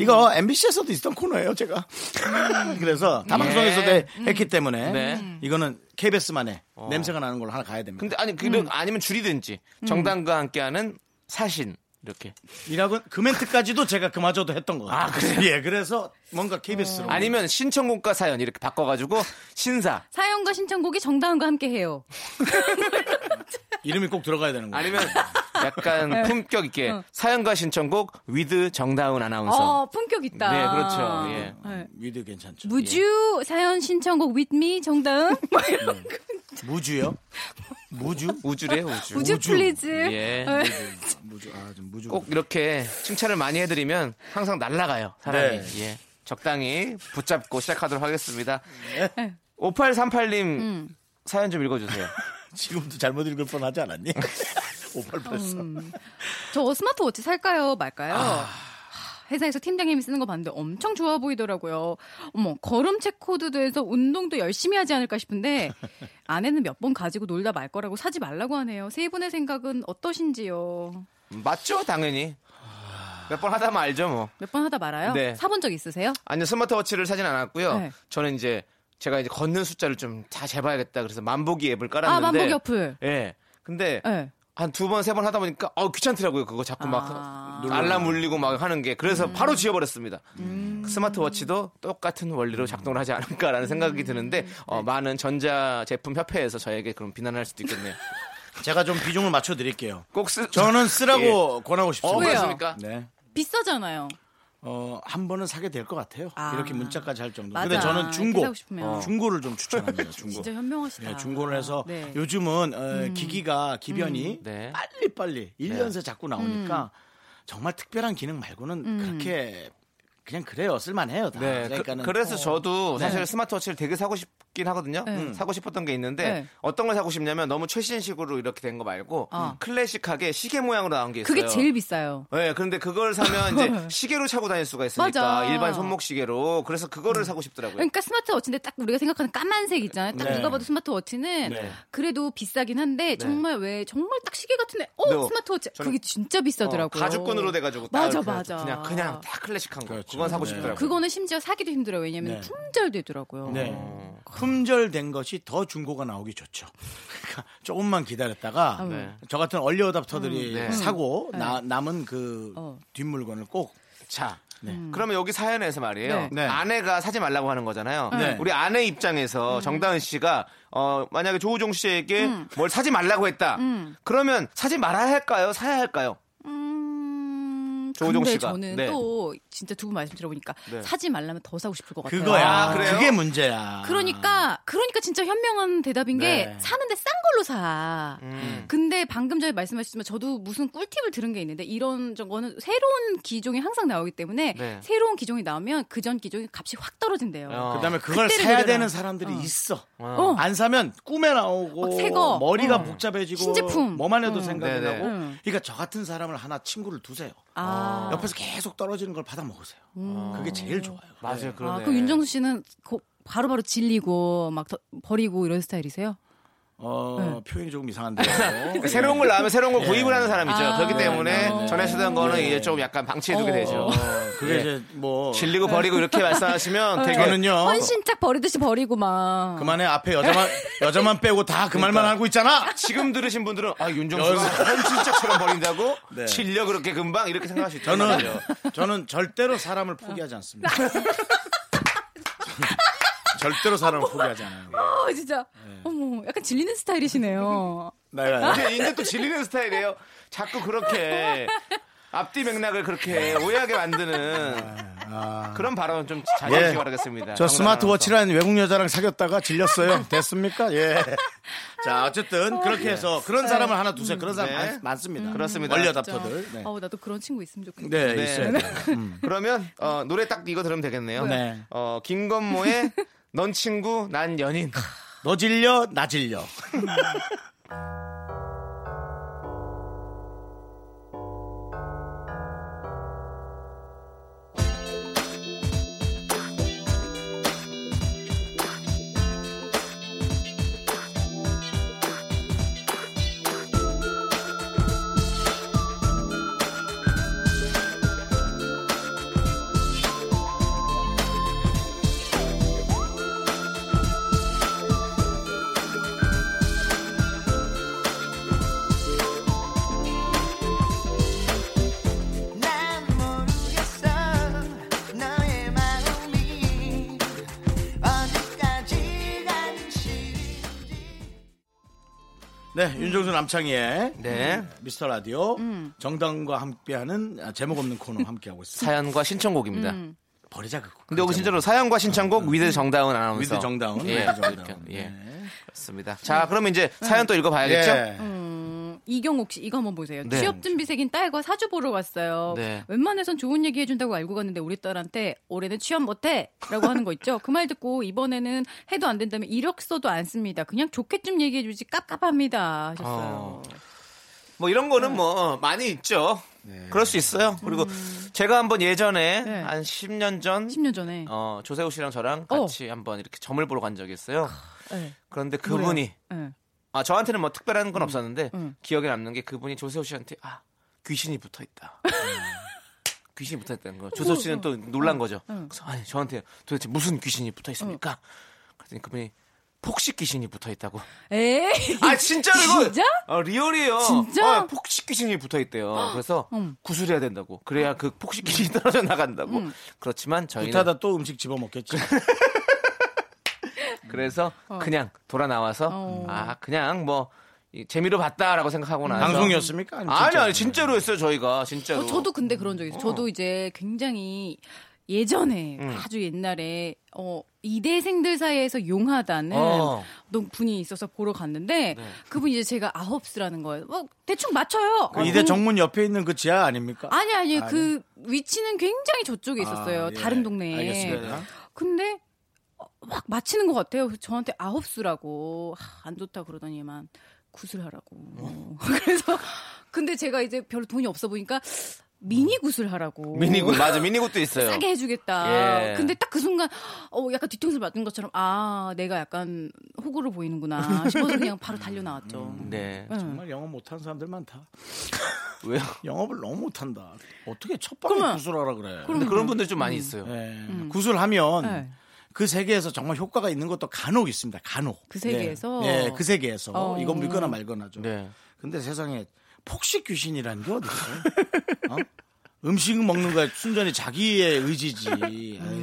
이거 MBC에서도 있던 코너예요, 제가. 음. [laughs] 그래서 다방송에서도 네. 예. 했기 때문에 네. 이거는 KBS만 해. 냄새가 나는 걸로 하나 가야 됩니다. 어. 근데 아니 음. 그런 아니면 줄이든지 정당과 함께하는 사신 이렇게 음. 이라고 그 멘트까지도 제가 그마저도 했던 것 같아요. 아, 그래요? [laughs] 예, 그래서 뭔가 KBS로 아니면 신청곡과 사연 이렇게 바꿔가지고 신사 사연과 신청곡이 정다은과 함께 해요. 이름이 꼭 들어가야 되는 거예요. [laughs] 아니면 약간 네. 품격 있게 사연과 신청곡 위드 정다운 아나운서 음. 어 품격 있다. 네, 그렇죠. 예. 네. 위드 괜찮죠. 무주 사연 신청곡 with me 정다은 뭐 이런 거. [laughs] 무주요? 무주? 우주래요 우주 우주 플리즈. 네. 예. 무주. 아, 좀 무주. 꼭 이렇게 칭찬을 많이 해드리면 항상 날아가요 사람이 네. 예. 적당히 붙잡고 시작하도록 하겠습니다 네. 5838님 음. 사연 좀 [laughs] 읽어주세요 지금도 잘못 읽을 뻔 하지 않았니? 오팔 벌써. 저 스마트워치 살까요 말까요? 아. 하, 회사에서 팀장님이 쓰는 거 봤는데 엄청 좋아 보이더라고요. 어머 걸음 체코드도 해서 운동도 열심히 하지 않을까 싶은데 아내는 몇 번 가지고 놀다 말 거라고 사지 말라고 하네요. 세 분의 생각은 어떠신지요? 맞죠 당연히 몇 번 하다 면 알죠 뭐 몇 번 하다 말아요? 네. 사본 적 있으세요? 아니요 스마트워치를 사진 않았고요. 네. 저는 이제 제가 이제 걷는 숫자를 좀 다 재봐야겠다. 그래서 만보기 앱을 깔았는데. 아 만보기 어플. 예. 근데 네. 한 두 번 세 번 하다 보니까 어 귀찮더라고요. 그거 자꾸 막 아. 알람 울리고 막 하는 게 그래서 음. 바로 지워버렸습니다. 그 스마트워치도 똑같은 원리로 작동을 하지 음. 않을까라는 생각이 드는데 네. 어, 많은 전자 제품 협회에서 저에게 그런 비난할 수도 [laughs] 있겠네요. [laughs] 제가 좀 비중을 맞춰 드릴게요. 꼭 쓰. 저는 쓰라고 권하고 어 싶습니다. 왜요? 그렇습니까? 예. 네. 비싸잖아요. 어, 한 번은 사게 될 것 같아요. 아. 이렇게 문자까지 할 정도. 맞아. 근데 저는 중고. 이렇게 사고 싶으면. 어. 중고를 좀 추천합니다. 중고. 진짜 현명하시다. 네, 중고를 해서 네. 음. 요즘은 어, 기기가 기변이 네. 빨리빨리 1년새 자꾸 나오니까 정말 특별한 기능 말고는 음. 그렇게 그냥 그래요. 쓸만해요. 다. 네. 그, 아, 그러니까는 래서 저도 사실 네. 스마트워치를 되게 사고 싶긴 싶긴 하거든요. 음, 사고 싶었던 게 있는데 네. 어떤 걸 사고 싶냐면 너무 최신식으로 이렇게 된 거 말고 아. 클래식하게 시계 모양으로 나온 게 있어요. 그게 제일 비싸요. 네, 그런데 그걸 사면 [laughs] 이제 시계로 차고 다닐 수가 있으니까 맞아. 일반 손목 시계로 그래서 그거를 사고 싶더라고요. 그러니까 스마트워치인데 딱 우리가 생각하는 까만색 있잖아요. 딱 네. 누가 봐도 스마트워치는 네. 그래데 비싸긴 한데 정말 왜 정말 딱 시계 같은데 어 네. 스마트워치 저는- 그게 진짜 비싸더라고요. 어, 가죽끈으로 돼가지고 딱 맞아 이렇게 맞아. 그냥 그냥 다 클래식한 거. 그렇죠. 그건 사고 네. 싶더라고요. 그거는 심지어 사기도 힘들어요. 네. 왜냐면 품절되더라고요. 네. 품절된 것이 더 중고가 나오기 좋죠. 그러니까 조금만 기다렸다가 음. 네. 저 같은 얼리 어답터들이 음, 네. 사고 나- 남은 그 어. 뒷물건을 꼭 자. 그러면 여기 사연에서 말이에요. 음. 네. 네. 아내가 사지 말라고 하는 거잖아요. 네. 우리 아내 입장에서 음. 정다은 씨가 어, 만약에 조우종 씨에게 뭘 사지 말라고 했다. 그러면 사지 말아야 할까요? 사야 할까요? 음, 조우종 근데 씨가. 저는 네. 또 진짜 두 분 말씀 들어보니까 네. 사지 말라면 더 사고 싶을 것 같아요. 그거야. 아, 그래요? 그게 문제야. 그러니까 그러니까 진짜 현명한 대답인 네. 게 사는데 싼 걸로 사. 음. 근데 방금 전에 말씀하셨지만 저도 무슨 꿀팁을 들은 게 있는데 이런 저거는 새로운 기종이 항상 나오기 때문에 네. 새로운 기종이 나오면 그 전 기종이 값이 확 떨어진대요. 어. 그다음에 그걸 그때를 사야 노려라. 되는 사람들이 어. 있어. 어. 안 사면 꿈에 막새 나오고 거. 머리가 어. 복잡해지고 신제품. 뭐만 해도 음. 생각이 네네. 나고. 음. 그러니까 저 같은 사람을 하나 친구를 두세요. 아. 음. 옆에서 계속 떨어지는 걸 받아 먹으세요. 그게 제일 좋아요. 어. 맞아요. 그러네. 아, 그럼 윤정수 씨는 고- 바로바로 질리고 막 더- 버리고 이런 스타일이세요? 어, 네. 표현이 조금 [laughs] 이상한데요. 그러니까 새로운 걸 나오면 새로운 걸 구입을 하는 사람이죠. 아. 그렇기 네, 때문에 네. 전에 쓰던 거는 네. 이제 좀 약간 방치해두게 어. 되죠. 어, [laughs] 그게 예. 이제 뭐 질리고 버리고 이렇게 말씀하시면 되게 어. 저는요. 헌신 딱 버리듯이 버리고 막. 그만해 앞에 여자만 여자만 빼고 다 그 말만 알고 있잖아. 지금 들으신 분들은 아 윤정수가 헌신적처럼 버린다고 네. 질려 그렇게 금방 이렇게 생각할 수 있죠. 저는 저는 절대로 사람을 포기하지 않습니다. 절대로 사람을 포기하지 않아요. 어, 진짜. 네. 어머, 약간 [laughs] 질리는 스타일이시네요. 내가 이제, 이제 또 질리는 스타일이에요. 자꾸 그렇게 앞뒤 맥락을 그렇게 오해하게 만드는 그런 발언 좀 자제하시기 아. 예. 바라겠습니다. 저 스마트워치라는 외국 여자랑 사귀었다가 질렸어요. [laughs] 됐습니까? 예. 자, 어쨌든 그렇게 해서 그런 사람을 하나 두세요. 그런 사람 네. 많, 많습니다. 그렇습니다. 원리어답터들. 네. 어, 나도 그런 친구 있으면 좋겠다. 네, 네. 있어요. [laughs] 음. 그러면 어, 노래 딱 이거 들으면 되겠네요. 네. 어, [laughs] 김건모의 넌 친구 난 연인. 너 질려, 나 질려. 난 모르겠어 너의 마음이 어디까지 간지 네, 윤종수 남창희의 네. 미스터 라디오 정당과 함께하는 아, 제목 없는 코너 함께하고 [laughs] 있습니다. 사연과 신청곡입니다. 음. 버리자 그거. 근데 여기 진짜로 사연과 신청곡 위드 정다운 아나운서. 그렇죠. 음. 위드 정다운. 예, 위드 정다운. 이렇게, 예. 네. 음. 그렇습니다. 자, 그러면 이제 사연 또 읽어봐야겠죠? 음. 예. 이경옥 씨, 이거 한번 보세요. 네. 취업 준비생인 딸과 사주 보러 갔어요. 네. 웬만해선 좋은 얘기 해준다고 알고 갔는데 우리 딸한테 올해는 취업 못해라고 하는 거 있죠. 그 말 듣고 이번에는 해도 안 된다면 이력서도 안 씁니다. 그냥 좋게 좀 얘기해주지 깝깝합니다 하셨어요. 아. 뭐 이런 음. 거는 뭐 많이 있죠. 네. 그럴 수 있어요. 그리고 음. 제가 한번 예전에 네. 한 10년 전 10년 전에. 아. 어, 조세호 씨랑 저랑 같이 한번 이렇게 점을 보러 간 적이 있어요. 네. 그런데 그분이 네. 아 저한테는 뭐 특별한 건 없었는데 음. 기억에 남는 게 그분이 조세호 씨한테 아 귀신이 붙어 [laughs] 있다. 음. 귀신이 붙어 있다는 거. 음. 조세호 씨는 또 놀란 거죠. 그래서 아니 저한테 도대체 무슨 귀신이 붙어 있습니까? 음. 그랬더니 그분이 폭식 귀신이 붙어 있다고. 에이. 아 진짜로 이거 진짜? 어, 리얼이에요. 진짜? 음. 어, 폭식 귀신이 붙어 있대요. [gasps] 그래서 구슬해야 된다고. 그래야 그 폭식 귀신이 떨어져 나간다고. 그렇지만 저희는 붙하다 또 음식 집어 [laughs] 먹겠지. 그래서 그냥 돌아 나와서 어. 아 그냥 뭐 이, 재미로 봤다라고 생각하고 나서 방송이었습니까? 아니면 아니 진짜? 아니 진짜로 했어요 저희가 진짜로. 어, 저도 근데 그런 적 있어요. 저도 이제 굉장히 예전에 아주 옛날에 어 이대생들 사이에서 용하다는 어. 너 분이 있어서 보러 갔는데 그분 이제 제가 아홉스라는 거예요. 뭐 대충 맞춰요. 아, 그 이대 정문 옆에 있는 그 지하 아닙니까? 아니 아니 요그 위치는 굉장히 저쪽에 있었어요. 아, 예. 다른 동네에. 알겠습니다. 근데 어, 확 맞히는 것 같아요. 그래서 저한테 아홉 수라고 하, 안 좋다 그러더니만 구슬하라고. 어. [laughs] 그래서 근데 제가 이제 별로 돈이 없어 보니까 미니 구슬하라고. 어. 미니굿 맞아 [laughs] 미니굿도 있어요. 싸게 해주겠다. 예. 근데 딱 그 순간, 어, 약간 뒤통수를 맞은 것처럼, 아, 내가 약간 호구로 보이는구나 싶어서 그냥 바로 달려나왔죠. 네. 응. 정말 영업 못하는 사람들 많다. 왜요? 영업을 너무 못한다. 어떻게 첫 방에 그러면- 구슬하라 그래. 그럼- 근데 그런 분들 좀 많이 있어요. 예. 구슬하면 음. 네. 그 세계에서 정말 효과가 있는 것도 간혹 있습니다. 간혹. 그 세계에서? 네, 네, 그 세계에서 어. 이건 믿거나 말거나죠. 네. 근데 세상에 폭식 귀신이라는 게 어디 있어? 어? 음식 먹는 거에 순전히 자기의 [laughs] 의지지. 아유,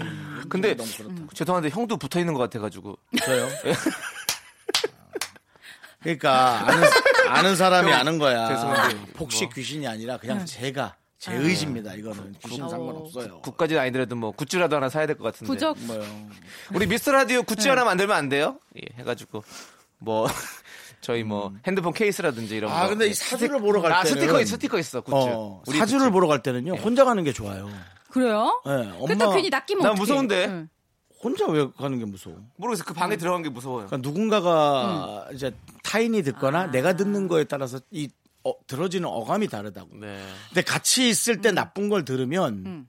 근데- 음, 너무 그렇다. 음. 죄송한데 형도 붙어 있는 것 같아가지고. 저요? 그러니까 아는, 아는 사람이 아는 거야. 죄송한데. 폭식 뭐. 귀신이 아니라 그냥 네. 제가 제 의지입니다. 이거는 귀신 상관없어요. 국까지는 아니더라도 뭐 굿즈라도 하나 사야 될 것 같은데. 부적 네. 뭐요? 우리 미스 라디오 굿즈 하나 만들면 안 돼요? 예, 해가지고 뭐 [laughs] 저희 뭐 핸드폰 케이스라든지 이런 거. 음. 아 근데 이 사주를 보러 갈 아 때는 스티커 있- 스티커 있어 굿즈. 어, 우리 사주를 굿즈. 예. 보러 갈 때는요 혼자 가는 게 좋아요. 그래요? 예, 그때 엄마 괜히 낚이면 나 어떡해. 무서운데. 응. 혼자 왜 가는 게 무서워? 모르겠어 그 방에 들어간 게 무서워요. 그러니까 누군가가 음. 이제 타인이 듣거나 아. 내가 듣는 거에 따라서 이 어, 들어지는 어감이 다르다고. 네. 근데 같이 있을 음. 때 나쁜 걸 들으면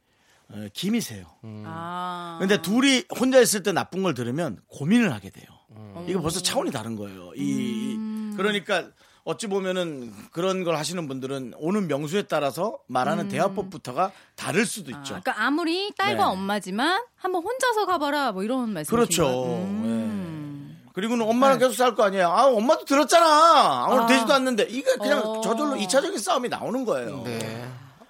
어, 김이세요. 음. 아. 근데 둘이 혼자 있을 때 나쁜 걸 들으면 고민을 하게 돼요. 음. 이거 어. 벌써 차원이 다른 거예요. 이, 이- 그러니까 어찌 보면은 그런 걸 하시는 분들은 오는 명수에 따라서 말하는 대화법부터가 다를 수도 음. 아, 있죠. 그러니까 아무리 딸과 네. 엄마지만 한번 혼자서 가봐라 뭐 이런 음. 말씀. 그렇죠. 예. 그리고는 엄마랑 네. 계속 살 거 아니에요. 아, 엄마도 들었잖아. 아무리 아. 되지도 않는데. 이게 그냥 어. 저절로 이차적인 싸움이 나오는 거예요.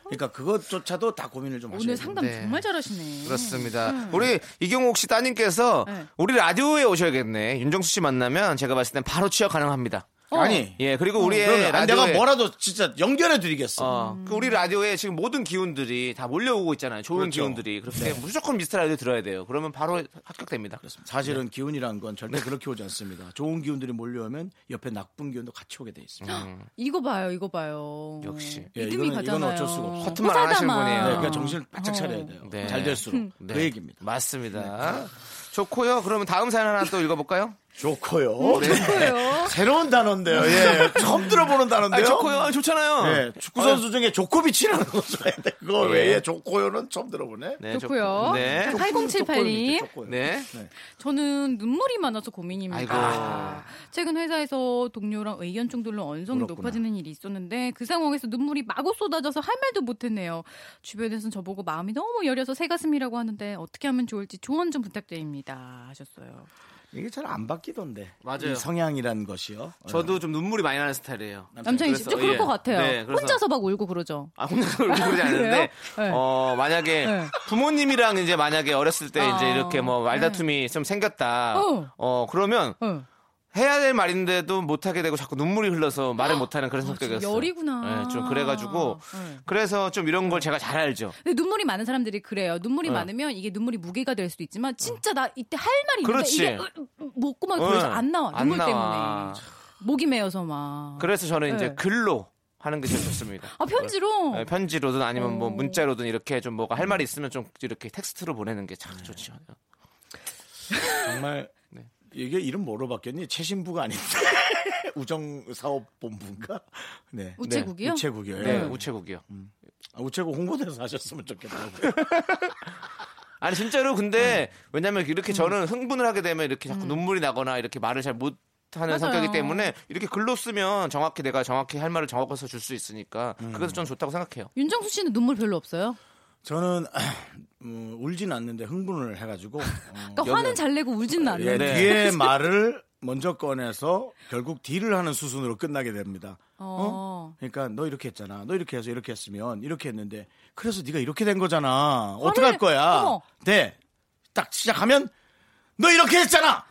그러니까 그것조차도 다 고민을 좀 하시는 오늘 상담 네. 정말 잘하시네. 그렇습니다. 음, 우리 이경옥 씨 따님께서 네. 우리 라디오에 오셔야겠네. 윤정수 씨 만나면 제가 봤을 땐 바로 취업 가능합니다. 어. 아니. 음, 예, 그리고 우리의 그러면 안 내가 라디오에 뭐라도 음. 진짜 연결해 드리겠어. 어, 그 우리 라디오에 지금 모든 기운들이 다 몰려오고 있잖아요. 좋은 그렇죠. 기운들이. 그렇게 무조건 미스터 라디오 들어야 돼요. 그러면 바로 합격됩니다. 사실은 네. 기운이란 건 절대 그렇게 오지 않습니다. 좋은 기운들이 몰려오면 옆에 나쁜 기운도 같이 오게 돼 있습니다. 아. 이거 봐요, 이거 봐요. 역시. 예, 믿음이 이거는- 이거는 가잖아요. 어쩔 수가 없어. 허튼말 안 하시는 호사다마. 분이에요. 네, 아. 그러니까 정신을 바짝 차려야 돼요. 네. 잘 될수록 네. 그 얘기입니다. 맞습니다. 좋고요. 그러면 다음 사연 하나 또 읽어볼까요? 좋고요. 네. 네. 그래요. 새로운 단어인데요. 예, 처음 들어보는 아, 단어인데요. 좋고요. 아, 좋잖아요. 예, 축구 어. 선수 중에 조코비치라는 선수가 있는데 그거 외에 조코요는 처음 들어보네. 예. 네, 좋고요. 네. 네. 8078님. 조코요. 네. 저는 눈물이 많아서 고민입니다. 아이고. 최근 회사에서 동료랑 의견 충돌로 언성이 울었구나. 높아지는 일이 있었는데 그 상황에서 눈물이 마구 쏟아져서 할 말도 못했네요. 주변에서는 저보고 마음이 너무 여려서 새가슴이라고 하는데 어떻게 하면 좋을지 조언 좀 부탁드립니다. 하셨어요. 이게 잘 안 바뀌던데. 맞아요. 이 성향이란 것이요. 어, 저도 좀 눈물이 많이 나는 스타일이에요. 남창희 씨 그래서, 진짜 그럴 예. 것 같아요. 네, 그래서- 혼자서 막 울고 그러죠. 아, 혼자서 울고 그러지 않는데, 그래요? 네. 어, 만약에 네. 부모님이랑 이제 만약에 어렸을 때 아. 이제 이렇게 뭐 말다툼이 좀 생겼다. 어. 어, 그러면 응. 해야 될 말인데도 못하게 되고 자꾸 눈물이 흘러서 말을 못하는 그런 성격이었어요. 아, 열이구나. 예, 좀 그래가지고 네. 그래서 좀 이런 걸 제가 잘 알죠. 근데 눈물이 많은 사람들이 그래요. 눈물이 네. 많으면 이게 눈물이 무게가 될 수도 있지만 진짜 나 이때 할 말이 있는데 그렇지. 이게 목구멍이 응. 벌써 아, 안 나와. 안 눈물 나와. 때문에. 목이 메여서 막. 그래서 저는 이제 네. 글로 하는 게 제일 좋습니다. 아 편지로 예, 편지로든 아니면 뭐 어. 문자로든 이렇게 좀 뭐가 할 말이 있으면 좀 이렇게 텍스트로 보내는 게 참 좋죠. 정말 네. 이게 이름 뭐로 바뀌었니? 최신부가 아닌데 [laughs] 우정사업본부인가? 네. 우체국이요? 네, 우체국이요. 예. 네, 우체국이요. 아, 우체국 홍보대사 하셨으면 좋겠다고. [laughs] 아니 진짜로 네. 근데 왜냐면 음. 이렇게 저는 흥분을 하게 되면 이렇게 자꾸 눈물이 나거나 이렇게 말을 잘 못 하는 맞아요. 성격이기 때문에 이렇게 글로 쓰면 정확히 내가 정확히 할 말을 정확해서 줄 수 있으니까 음. 그것도 전 좋다고 생각해요. 윤정수 씨는 눈물 별로 없어요. 저는 [clears throat] 음, 울진 않는데 흥분을 해가지고 어, 그러니까 화는 잘 내고 울진 않는데. 예, 네. 뒤에 말을 먼저 꺼내서 결국 딜을 하는 수순으로 끝나게 됩니다. 어. 어? 그러니까 너 이렇게 했잖아. 너 이렇게 해서 이렇게 했으면 이렇게 했는데 그래서 네가 이렇게 된 거잖아. 어떡할 거야? 어머. 네. 딱 시작하면 너 이렇게 했잖아.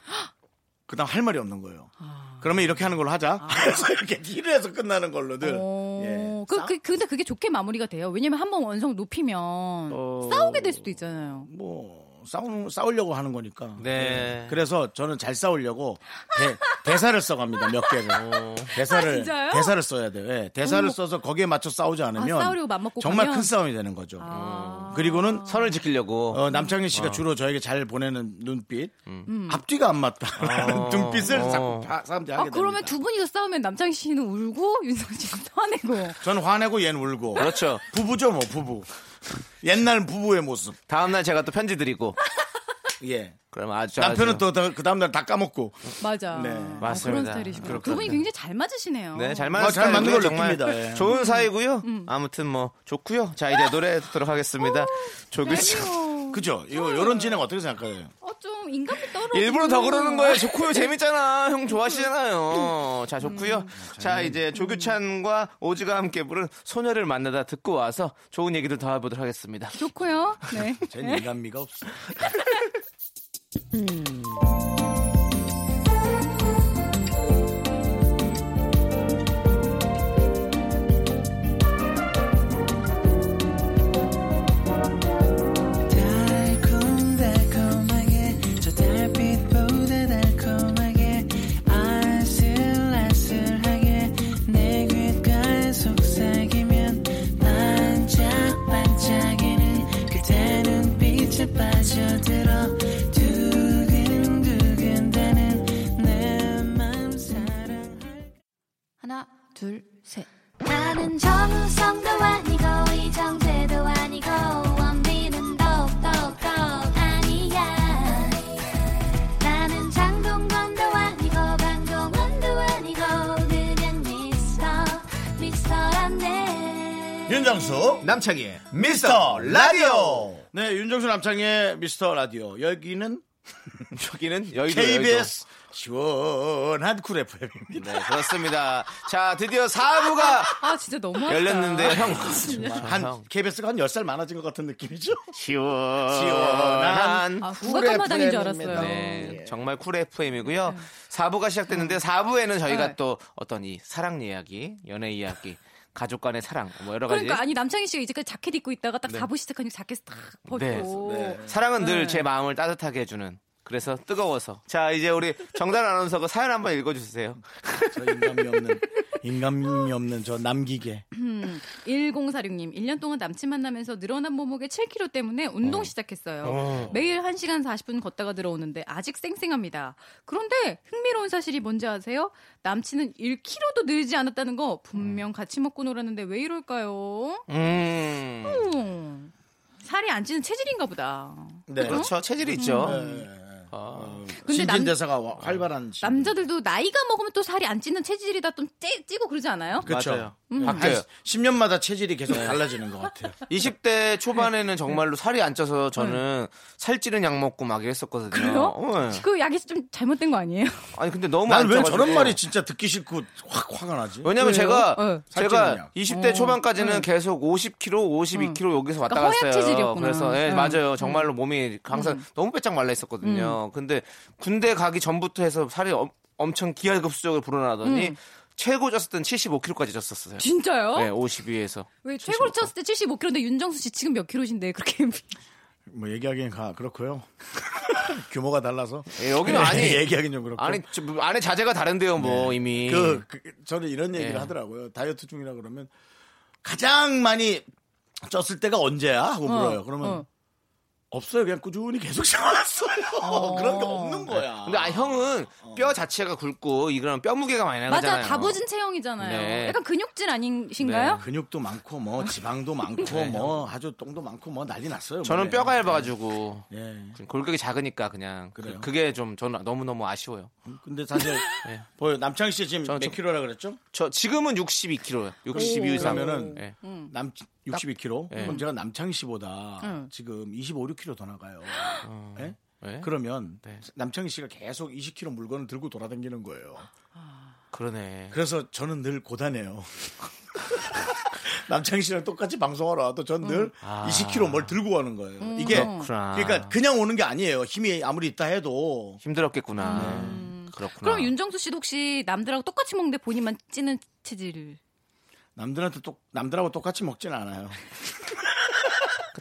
그다음 할 말이 없는 거예요. 아. 그러면 이렇게 하는 걸로 하자. [laughs] 그래서 이렇게 딜을 해서 끝나는 걸로 늘. 어. 예. 그, 싸- 그, 근데 그게 좋게 마무리가 돼요. 왜냐면 한 번 원성 높이면 어. 싸우게 될 수도 있잖아요. 뭐 싸우, 싸우려고 하는 거니까. 예. 네. 그래서 저는 잘 싸우려고 대, 사를 써갑니다 몇 개를 아, 대사를 진짜요? 대사를 써야 돼요. 예, 대사를 어머. 써서 거기에 맞춰 싸우지 않으면 아, 싸우려고 맘먹고 정말 가면? 아. 큰 싸움이 되는 거죠. 그리고는 선을 지키려고. 어, 남창희 씨가 주로 저에게 잘 보내는 눈빛 음. 앞뒤가 안 맞다라는 음. [laughs] 어. 눈빛을 어. 자꾸 다- 사람들이 아 하게 그러면 됩니다. 두 분이서 싸우면 남창희 씨는 울고 윤성진 씨는 화내고 저는 화내고 얘는 울고 그렇죠. 부부죠 뭐 부부 옛날 부부의 모습 다음날 제가 또 편지 드리고. 예 그럼 아주 남편은 아주- 또 그 다음날 다 까먹고 맞아. 네, 아, 맞습니다. 그런 스타일이시고 그렇군요. 두 분이 굉장히 잘 맞으시네요. 네, 잘 어, 맞는 잘 맞는 스타일이고요. 걸 정말 느낍니다. 예. 음. 좋은 사이고요. 아무튼 뭐 좋고요. 자 이제 노래 듣도록 어. 하겠습니다. 조규 씨 음. 그죠 요 요런 진행 어떻게 생각해요? 어좀 인간이 떨어. 일부러 더 음. 그러는 거예요. 좋고요. 재밌잖아. 형 좋아하시잖아요. 자 좋고요. 자 음. 이제 조규찬과 오지가 함께 부른 소녀를 만나다 듣고 와서 좋은 얘기들 더 해보도록 하겠습니다. 좋고요. 네. 음. 쟤는 인간미가 없어. 달콤달콤하게 저 달빛보다 달콤하게 아슬아슬하게 내 귓가에 속삭이면 반짝반짝이는 그대 눈빛에 빠져들어 두근두근대는 내맘 사랑할 [laughs] 하나 둘 셋. 나는 정우성도 아니고 이정재도 아니고 원빈은 더욱더 아니야 나는 장동건도 아니고 강동원도 아니고 그냥 미스터 미스터란데 윤정수 남창희의 미스터 라디오 네 윤정수 남창희의 미스터 라디오 여기는 음, 여기는 여의도 KBS 시원한 쿨 FM입니다 여의도. 네 그렇습니다. 자 드디어 4부가 아 진짜 너무 아, 열렸는데 아, 형 한 KBS가 한 10살 많아진 것 같은 느낌이죠 어, 시원한 아, 국악한마당인 줄 알았어요. 예. 네, 정말 쿨 FM이고요. 4부가 시작됐는데 4부에는 저희가 네. 또 어떤 이 사랑 이야기, 연애 이야기, 가족 간의 사랑 뭐 여러 가지. 그러니까 아니 남창희 씨가 이제까지 자켓 입고 있다가 네. 딱 사부 시작하니 자켓 딱 벗고. 네. 사랑은 늘 제 마음을 따뜻하게 해주는. 그래서 뜨거워서. 자 이제 우리 정단 아나운서가 사연 한번 읽어주세요. 저 인간미 없는 인간미 없는 저 남기계 1046님, 1년 동안 남친 만나면서 늘어난 몸무게 7kg 때문에 운동 시작했어요. 매일 1시간 40분 걷다가 들어오는데 아직 쌩쌩합니다. 그런데 흥미로운 사실이 뭔지 아세요? 남친은 1kg도 늘지 않았다는 거 분명 같이 먹고 놀았는데 왜 이럴까요? 음 음, 살이 안 찌는 체질인가 보다. 네. 그렇죠 체질이 있죠. 어, 근데 남- 네, 신진대사가 어. 와- 활발한 신- 남자들도 나이가 먹으면 또 살이 안 찌는 체질이다 좀 찌, 찌고 그러지 않아요? 그렇죠 맞아요. 음. 네. 바뀌어요 바뀌어요. 10년마다 체질이 계속 달라지는 것 [laughs] 같아요 음. 20대 네. 초반에는 정말로 살이 안 쪄서 저는 살찌는 약 먹고 막 이랬었거든요. 그래요? 네. 그 약이 좀 잘못된 거 아니에요? [laughs] 아니 근데 너무 난 안 왜 쪄가지고. 저런 말이 진짜 듣기 싫고 확 화가 나지 왜냐면 왜요? 제가 네. 어. 살찌느냐. 제가 20대 초반까지는 계속 50kg, 52kg 여기서 왔다 그러니까 허약 갔어요. 체질이었구나. 그래서 예, 음. 맞아요. 정말로 몸이 항상 너무 빼짝 말라 음. 있었거든요. 근데 군대 가기 전부터 해서 살이 엄, 엄청 기하급수적으로 불어나더니 최고 졌을 땐 75kg까지 졌었어요. 음. 진짜요? 네, 52에서. 왜 최고로 쳤을 때 75kg인데 윤정수 씨 지금 몇 킬로신데 그렇게 뭐 얘기하기엔 가 그렇고요 [laughs] 규모가 달라서 예, 여기는 아니 [laughs] 얘기하긴 좀 그렇고 아니 저, 안에 자재가 다른데요, 뭐 이미. 그, 그 저는 이런 얘기를 예. 하더라고요. 다이어트 중이라 그러면 가장 많이 쪘을 때가 언제야? 하고 물어요. 그러면 어. 없어요. 그냥 꾸준히 계속 [laughs] 쪄왔어요. 네. 그런 게 없는 거야. 근데 아, 형은 어. 뼈 자체가 굵고 이런 뼈 무게가 많이 나가잖아요. 맞아 다부진 체형이잖아요. 네. 약간 근육질 아니신가요? 근육도 많고 뭐 지방도 [laughs] 많고 뭐 아주 똥도 많고 뭐 난리 났어요. 저는 몸에. 뼈가 얇아가지고 예. 그냥 골격이 작으니까 그냥 그래요? 그, 게좀 저는 너무너무 아쉬워요. 근데 사실 보여 남창희 씨 지금 네. 저는 몇 좀- 킬로라 그랬죠? 저 지금은 62kg요. 62 이상. 그러면은 예. 음. 남 62kg. 예. 그럼 제가 남창희 씨보다 지금 25, 6kg 더 나가요. 예? 예? 그러면 네. 남창희 씨가 계속 20kg 물건을 들고 돌아다니는 거예요. 그러네. 그래서 저는 늘 고단해요. [laughs] 남창희 씨랑 똑같이 방송하러 와도 전 음. 늘 아. 20kg 뭘 들고 가는 거예요. 음, 이게 그렇구나. 그러니까 그냥 오는 게 아니에요. 힘이 아무리 있다 해도 힘들었겠구나. 음. 그렇구나. 그럼 윤정수 씨도 혹시 남들하고 똑같이 먹는데 본인만 찌는 체질? 남들한테 똑 남들하고 똑같이 먹진 않아요.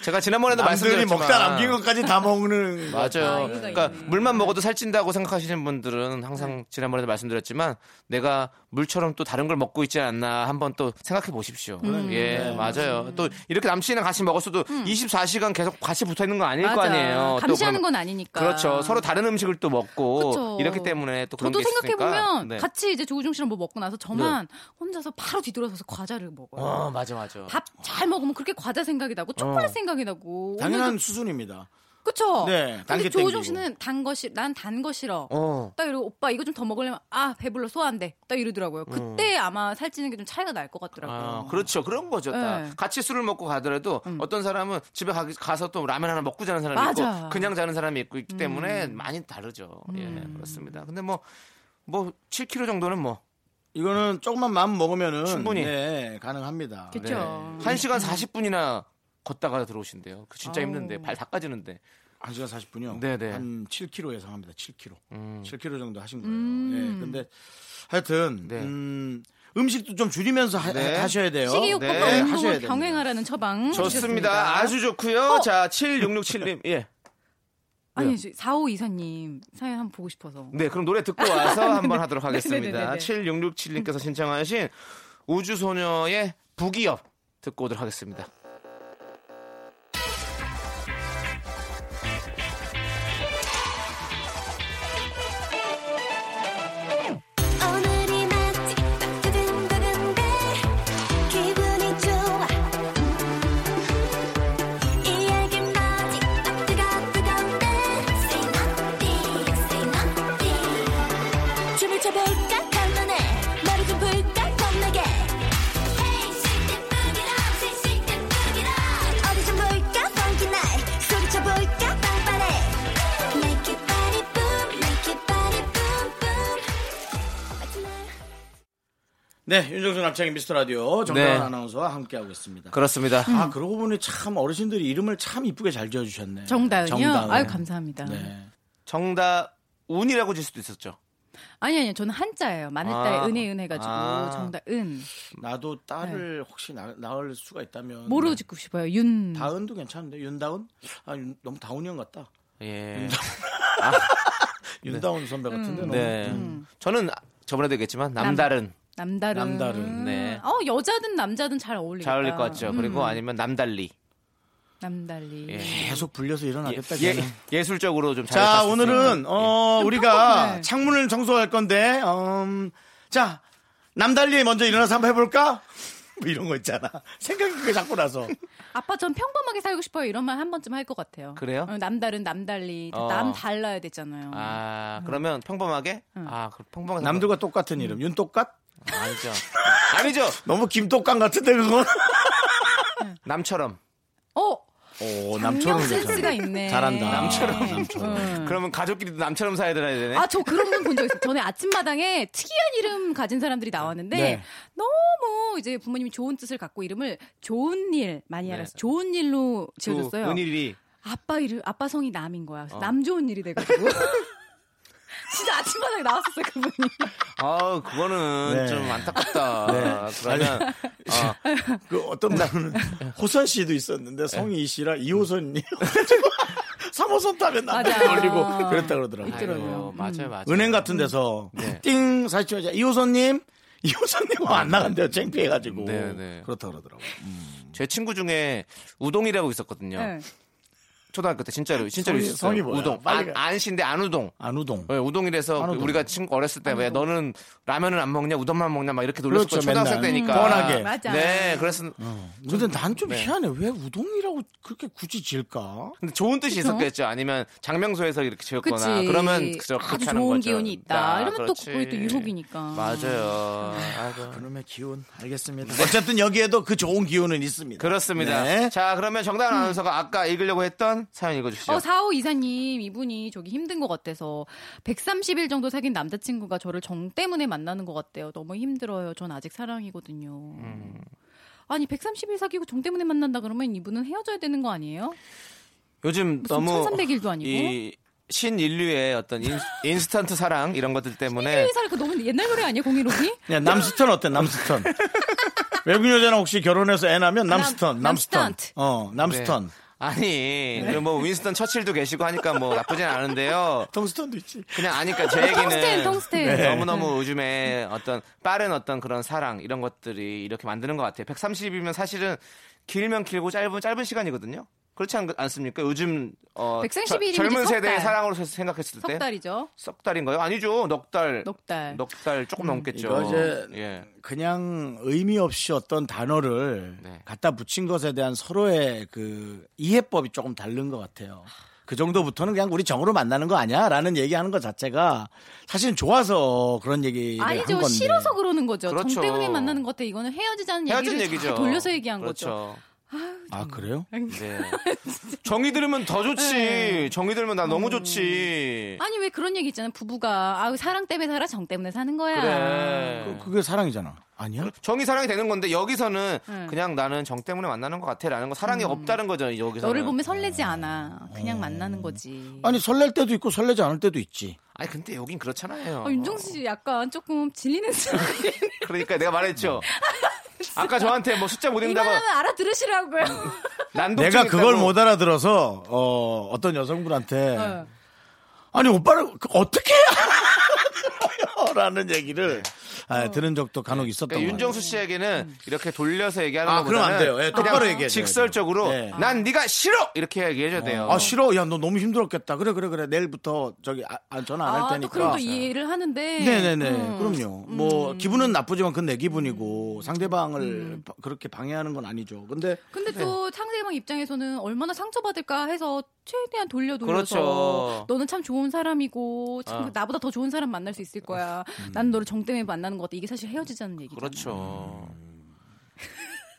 제가 지난번에도 남들이 말씀드렸지만 먹다 남긴 것까지 다 [laughs] 먹는 거. 맞아요. 아, 이유가 그러니까 있네. 네. 물만 먹어도 살찐다고 생각하시는 분들은 항상 지난번에도 말씀드렸지만 내가 물처럼 또 다른 걸 먹고 있지 않나 한번 또 생각해 보십시오. 음. 예, 네, 맞아요. 또 이렇게 남친이랑 같이 먹었어도 24시간 계속 같이 붙어 있는 건 그러니까 아닐 거 맞아. 아니에요. 또 감시하는 그러면- 건 아니니까. 그렇죠. 서로 다른 음식을 또 먹고 그쵸. 이렇기 때문에 또 그런 저도 게 있으니까. 생각해 보면 네. 같이 이제 조우중 씨랑 뭐 먹고 나서 저만 혼자서 바로 뒤돌아서서 과자를 먹어요. 어, 맞아 맞아. 밥 잘 먹으면 그렇게 과자 생각이 나고 초콜릿 생각이 나고 당연한 수순입니다. 그쵸? 네, 단계 근데 땡기고. 조우종 씨는 단 거 싫, 난단 거 싫어. 어. 딱 이러고 오빠 이거 좀 더 먹으려면 아 배불러 소화 안 돼. 딱 이러더라고요. 그때 아마 살찌는 게 좀 차이가 날 것 같더라고요. 음. 아, 그렇죠. 그런 거죠. 다. 어. 네. 음. 같이 술을 먹고 가더라도 어떤 사람은 집에 가, 서또 라면 하나 먹고 자는 사람이 맞아. 음. 있고 그냥 자는 사람이 있고 있기 때문에 많이 다르죠. 예, 그렇습니다. 근데 뭐, 뭐 7kg 정도는 뭐, 이거는 조금만 마음 먹으면은 충분히. 네, 가능합니다. 그쵸? 네. 1시간 40분이나 걷다가 들어오신대요. 그 진짜 아우. 힘든데, 발 다 까지는데. 1시간 40분이요. 네네. 한 7kg 예상합니다. 7kg. 음. 7kg 정도 하신 거예요. 음. 네, 근데 하여튼 네. 음, 식도좀 줄이면서 하, 네. 셔야 돼요. 식이요법과 네, 운동을 됩니다. 병행하라는 처방. 좋습니다. 아주 좋고요 어. 자, 7667님. 예. 아니 4호 이사님 사연 한번 보고 싶어서. 네, 그럼 노래 듣고 [laughs] 와서 한번 하도록 하겠습니다. 네, 네네네네. 7667님께서 신청하신 우주소녀의 부기업 듣고 오도록 하겠습니다. 오늘이 마치 따끈따끈한데 기분이 좋아 이야기 마치 딱 뜨거 뜨거운데 Say nothing, say nothing 춤을 춰볼까 간만에 머리 좀 풀까 겁나게 Hey, shake that booty up, shake, shake that booty up 어디 좀 볼까 funky night 소리쳐볼까 빵빠레 Make it body boom, make it body boom, boom 네, 윤정수 남창의 미스터 라디오 정다은 네. 아나운서와 함께하고 있습니다. 그렇습니다. 아, 그러고 보니 참 어르신들이 이름을 참 이쁘게 잘 지어 주셨네. 정다은이요. 아유 감사합니다. 네. 정답 운이라고 질 수도 있었죠. 아니 아니 저는 한자예요. 마늘딸 아. 은혜 은해 가지고 아. 정다은 나도 딸을 네. 혹시 나, 낳을 수가 있다면 뭐로 짓고 싶어요. 윤. 다은도 괜찮은데 윤다은? 아, 윤- 너무 다운이 형 같다. 예. 윤다운 선배 같은데 음. 너무. 네. 저는 아- 저번에도 얘기했지만 남다른 남다른. 남다른, 네. 어 여자든 남자든 잘 어울리겠다. 음. 잘 어울릴 것 같죠. 그리고 아니면 남달리. 남달리. 계속 불려서 아, 일어나겠다. 예, 저는. 예술적으로 좀 잘. 자, 오늘은 예. 어, 우리가 네. 창문을 청소할 건데 음, 자 남달리 먼저 일어나서 한번 해볼까? 뭐 이런 거 있잖아. [laughs] 생각이 그게 자꾸 나서. 아빠 전 평범하게 살고 싶어요. 이런 말 한 번쯤 할 것 같아요. 그래요? 어, 남다른 남달리 어. 남 달라야 되잖아요. 음. 아, 그러면 평범하게? 아, 그 평범하게. 뭐, 남들과 똑같은 이름. 윤똑같? 아니죠. 아니죠. 너무 김똑같 같은데 그건. 남처럼. 어 오 남처럼 센스가 있네. 어. 잘한다. 남처럼. 그러면 가족끼리도 남처럼 사야 되나 되네. 음. 아 저 그런 분 본 적 있어요. 전에 아침마당에 특이한 이름 가진 사람들이 나왔는데 네. 너무 이제 부모님이 좋은 뜻을 갖고 이름을 좋은 일 많이 알아서 좋은 일로 그, 지어줬어요. 네. 은일이. 어. 아빠 이름 아빠 성이 남인 거야. 그래서 남 좋은 일이 돼가지고 [laughs] 진짜 아침마당에 나왔었어요 그분이. 아, 그거는 네. 좀 안타깝다. 그러면 어, 그 어떤 분은 호선 씨도 있었는데 성이 이 씨라 이호선이 [laughs] 3호선 타면 남들 맞아. 걸리고 그랬다 그러더라고요. 아이고, 음. 맞아요, 맞아요. 네. 은행 같은 데서 네. 아, 띵 사시죠. 이호선님, 이호선님 안 나간대요. 창피해가지고 네, 네. 그렇다 그러더라고요. 제 친구 중에 우동이라고 있었거든요. 네. 초등학교 때 진짜로 진짜로 성이- 있었어요. 성이 뭐야? 우동 아, 빨리 안, 가. 안신데 안우동. 안우동. 예, 우동이라서 안우동. 우리가 친구 어렸을 때 왜 너는 라면을 안 먹냐 우동만 먹냐 막 이렇게 놀렸을 그렇죠, 거예요. 초등학생 맨날. 때니까. 뻔하게. 음, 음. 맞아. 네, 그래서 근데 난 좀 네. 희한해. 왜 우동이라고 그렇게 굳이 질까? 근데 좋은 뜻이 있었겠죠. 아니면 장명소에서 이렇게 지었거나 그치. 그러면 그저 아주 그렇게 하는 좋은 거죠. 기운이 있다. 아, 이러면 또 그렇지. 그게 또 유혹이니까. 음. 맞아요. 아이고. 그놈의 기운. 알겠습니다. 네. 어쨌든 여기에도 그 좋은 기운은 있습니다. 그렇습니다. 네. 자, 그러면 정다은 아나운서가 아까 읽으려고 했던 사연 읽어주시죠. 어, 4호 이사님, 이분이 저기 힘든 것 같아서 130일 정도 사귄 남자친구가 저를 정 때문에 만나는 것 같대요. 너무 힘들어요. 전 아직 사랑이거든요. 음. 아니, 130일 사귀고 정 때문에 만난다 그러면 이분은 헤어져야 되는 거 아니에요? 요즘 무슨 너무 1300 일도 아니고? 이 신인류의 어떤 인, 스턴트 사랑 이런 것들 때문에 회사를 그 너무 옛날 노래 아니에요? [laughs] 공일오기? 네? 야, 남스턴 어때? 남스턴. 외국 여자랑 혹시 결혼해서 애 낳으면 남스턴, 남- 남스턴. 남스턴트. 어, 남스턴. 네. 아니, 그뭐 윈스턴 처칠도 계시고 하니까 뭐 나쁘진 않은데요. 텅스턴도 있지. 그냥 아니까 제 얘기는 네, 텅스텐, 텅스텐. 너무너무 요즘에 어떤 빠른 어떤 그런 사랑 이런 것들이 이렇게 만드는 것 같아요. 130이면 사실은 길면 길고 짧은 짧은 시간이거든요. 그렇지 않, 않습니까? 요즘 어, 131 이면 젊은 이제 석 세대의 달. 사랑으로 생각했을 석 때 달이죠. 석 달인가요? 아니죠. 넉 달. 넉 달. 음, 넉 달 조금 넘겠죠. 이거 이제 예. 그냥 의미 없이 어떤 단어를 네. 갖다 붙인 것에 대한 서로의 그 이해법이 조금 다른 것 같아요. 그 정도부터는 그냥 우리 정으로 만나는 거 아니야? 라는 얘기하는 것 자체가 사실은 좋아서 그런 얘기를 한 아니죠. 건데. 싫어서 그러는 거죠. 그렇죠. 정 때문에 만나는 것 같아. 이거는 헤어지자는 헤어진 얘기를 얘기죠. 그렇죠. 잘 돌려서 얘기한 거죠. 아, 그래요? 네. [laughs] 정이 들으면 더 좋지. 정이 들면 나 너무 좋지. 네. 음. 아니 왜 그런 얘기 있잖아요. 부부가 아 사랑 때문에 살아 정 때문에 사는 거야. 그래. 음. 그- 그게 사랑이잖아. 아니야? 그렇죠. 정이 사랑이 되는 건데 여기서는 네. 그냥 나는 정 때문에 만나는 것 같아라는 거 사랑이 없다는 거죠 여기서. 음. 너를 네. 보면 설레지 않아. 음. 그냥 만나는 거지. 아니, 설렐 때도 있고 설레지 않을 때도 있지. 아니 근데 여긴 그렇잖아요. 아, 윤종수 씨 약간 [laughs] 조금 질리는 스타일. 그러니까 내가 [laughs] 말했죠. 아까 저한테 뭐 숫자 못 읽다가 이만하면 알아들으시라고요. 난독증 내가 그걸 있다고. 못 알아들어서 어, 어떤 여성분한테 어. 아니 오빠를 그 어떻게 [laughs] 알아요? 라는 얘기를 아, 들은 적도 간혹 있었던 것 같아요. 그러니까 윤정수 씨에게는 이렇게 돌려서 음. 얘기하는 아, 그럼 것보다는 안 돼요. 예, 똑바로 그냥 얘기해줘야 돼요. 직설적으로 네. 난 네가 싫어 이렇게 얘기해줘야 돼요. 아 싫어. 야 너 너무 힘들었겠다. 그래 그래 그래. 내일부터 저기 아, 아, 전화 안 할 아, 테니까. 또 그럼 또 이해를 하는데. 네네네. 음. 그럼요. 뭐 기분은 나쁘지만 그건 내 기분이고 상대방을 바- 그렇게 방해하는 건 아니죠. 근데 근데 또 네. 상대방 입장에서는 얼마나 상처받을까 해서 최대한 돌려 돌려서 그렇죠. 너는 참 좋은 사람이고 참 어. 나보다 더 좋은 사람 만날 수 있을 거야. 음. 난 너를 정 때문에 만나는 것 같아. 이게 사실 헤어지자는 얘기죠. 그렇죠. 음.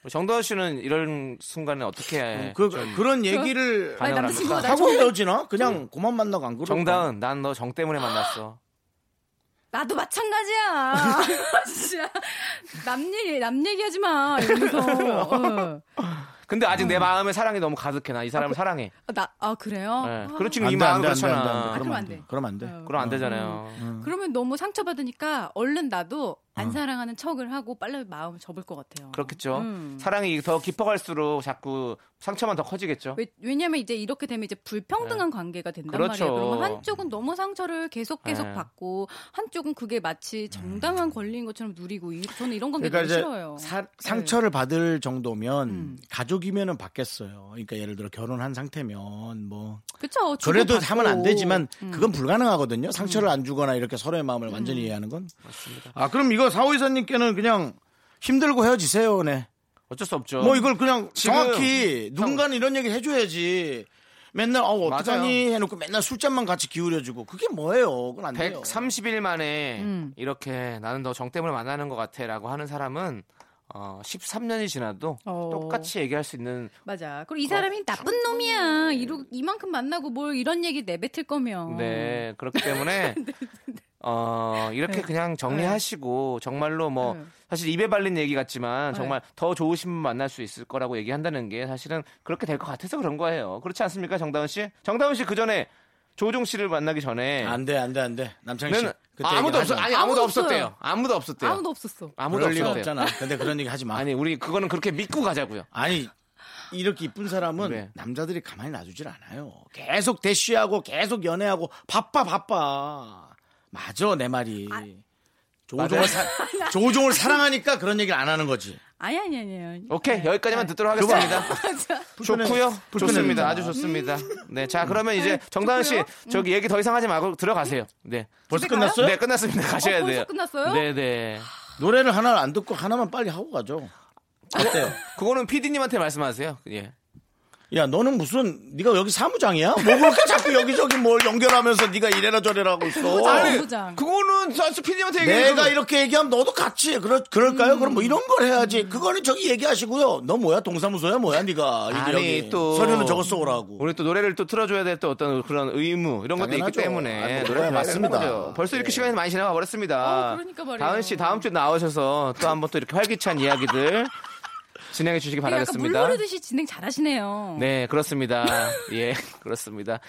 뭐 정다은 씨는 이런 순간에 어떻게 해? 그, 런 얘기를 네, 아니 남자친구가 나 하고 헤어지나? 그냥 그만 만나고 안 그럴까? 정다은 난 너 정 때문에 만났어. 나도 [laughs] 마찬가지야. [laughs] 진짜 남일 남 얘기하지 마 [laughs] 이러면서. 어. 근데 아직 내 마음에 사랑이 너무 가득해. 나 이 사람을 사랑해. 아, 나, 아 그래요? 예. 네. 아, 그렇 지금 이 그- 어, 안돼 마음 안돼 안돼 안돼. 음. 그렇잖아. 그럼 그럼 안 안 돼. 돼. 그럼 안 돼. 어. 그럼 안 되잖아요. 그러면 너무 상처받으니까 얼른 나도 음. 안 사랑하는 척을 하고 빨리 마음 접을 것 같아요. 그렇겠죠. 음. 사랑이 더 깊어갈수록 자꾸 상처만 더 커지겠죠. 왜, 왜냐면 이제 이렇게 되면 이제 불평등한 네. 관계가 된단 그렇죠. 말이에요. 그러면 한쪽은 너무 상처를 계속 계속 네. 받고 한쪽은 그게 마치 정당한 권리인 것처럼 누리고 이- 저는 이런 관계 음. 그러니까 너무 이제 싫어요. 네. 음. 사- 상처를 받을 정도면 가족이면은 받겠어요. 그러니까 예를 들어 결혼한 상태면 뭐 그렇죠. 그래도 하면 안 되지만 음. 그건 불가능하거든요. 상처를 안 주거나 이렇게 서로의 마음을 완전히 이해하는 건. 맞습니다. 아 그럼 이거 사오이사님께는 그냥 힘들고 헤어지세요, 네. 어쩔 수 없죠. 뭐 이걸 그냥 지금 정확히 누군가는 이런 얘기 해줘야지. 맨날 어 어떡하니 해놓고 맨날 술잔만 같이 기울여주고 그게 뭐예요? 그건 안 돼요. 130일 만에 음. 이렇게 나는 너 정 때문에 만나는 것 같아라고 하는 사람은 어, 13년이 지나도 어. 똑같이 얘기할 수 있는 맞아. 그리고 이 사람이 나쁜 놈이야. 이러, 이만큼 만나고 뭘 이런 얘기 내뱉을 거면. 네 그렇기 때문에 [laughs] 어 이렇게 그냥 정리하시고 정말로 뭐 네. 네. 사실 입에 발린 얘기 같지만 정말 더 좋으신 분 만날 수 있을 거라고 얘기한다는 게 사실은 그렇게 될 것 같아서 그런 거예요 그렇지 않습니까 정다은 씨 정다은 씨 그 전에 조종 씨를 만나기 전에 안돼 안돼 안돼 남창희 씨. 는 그때 아무도 없어 얘기하자. 아니 아무도 아무도 없었대요 없어요. 아무도 없었대요 아무도 없었어. 아무도 그럴 리가 없었대요 없잖아. 근데 그런 얘기 하지 마. 아니 우리 그거는 그렇게 믿고 가자고요 아니 이렇게 이쁜 사람은 네. 남자들이 가만히 놔두질 않아요. 계속 대쉬하고 계속 연애하고 바빠 바빠. 맞아 내 말이. 조종을 사, 조종을 사랑하니까 그런 얘기를 안 하는 거지. 아니 아니 아니에요. 네. 오케이 [laughs] 여기까지만 [laughs] 듣도록 하겠습니다. 좋고요. 좋습니다. 아주 좋습니다. 네, 자 그러면 이제 정다은 씨 저기 얘기 더 이상 하지 말고 들어가세요. 네, 벌써 집에 끝났어요? 네 끝났습니다. 가셔야 어, 벌써 돼요. 끝났어요? 네, 네. 노래를 하나를 안 듣고 하나만 빨리 하고 가죠. 어때요? 그거는 PD님한테 말씀하세요. 예. 야 너는 무슨 네가 여기 사무장이야? 뭐 그렇게 자꾸 여기저기 뭘 연결하면서 네가 이래라 저래라 하고 있어. 아니, 부장. 그거는 사실 PD님한테 얘기해도 내가 이렇게 얘기하면 너도 같이 그럴, 그럴까요? 그럼 뭐 이런 걸 해야지. 음. 그거는 저기 얘기하시고요. 너 뭐야? 동사무소야? 뭐야? 네가 아니, 여기 여기 또- 서류는 저거 써오라고. 우리 또 노래를 또 틀어줘야 될 또 어떤 그런 의무 이런 것도 있기 당연하죠. 때문에 아니, 노래를 네, 해야 되는 맞습니다. 예. 거죠. 벌써 이렇게 시간이 많이 지나가 버렸습니다. 어, 그러니까 말이에요. 다은 씨 다음 주에 나오셔서 또 한번 또 이렇게 활기찬 이야기들 진행해 주시기 약간 그러니까 물 바라겠습니다. 흐르듯이 진행 잘하시네요. 네, 그렇습니다. 예, 그렇습니다.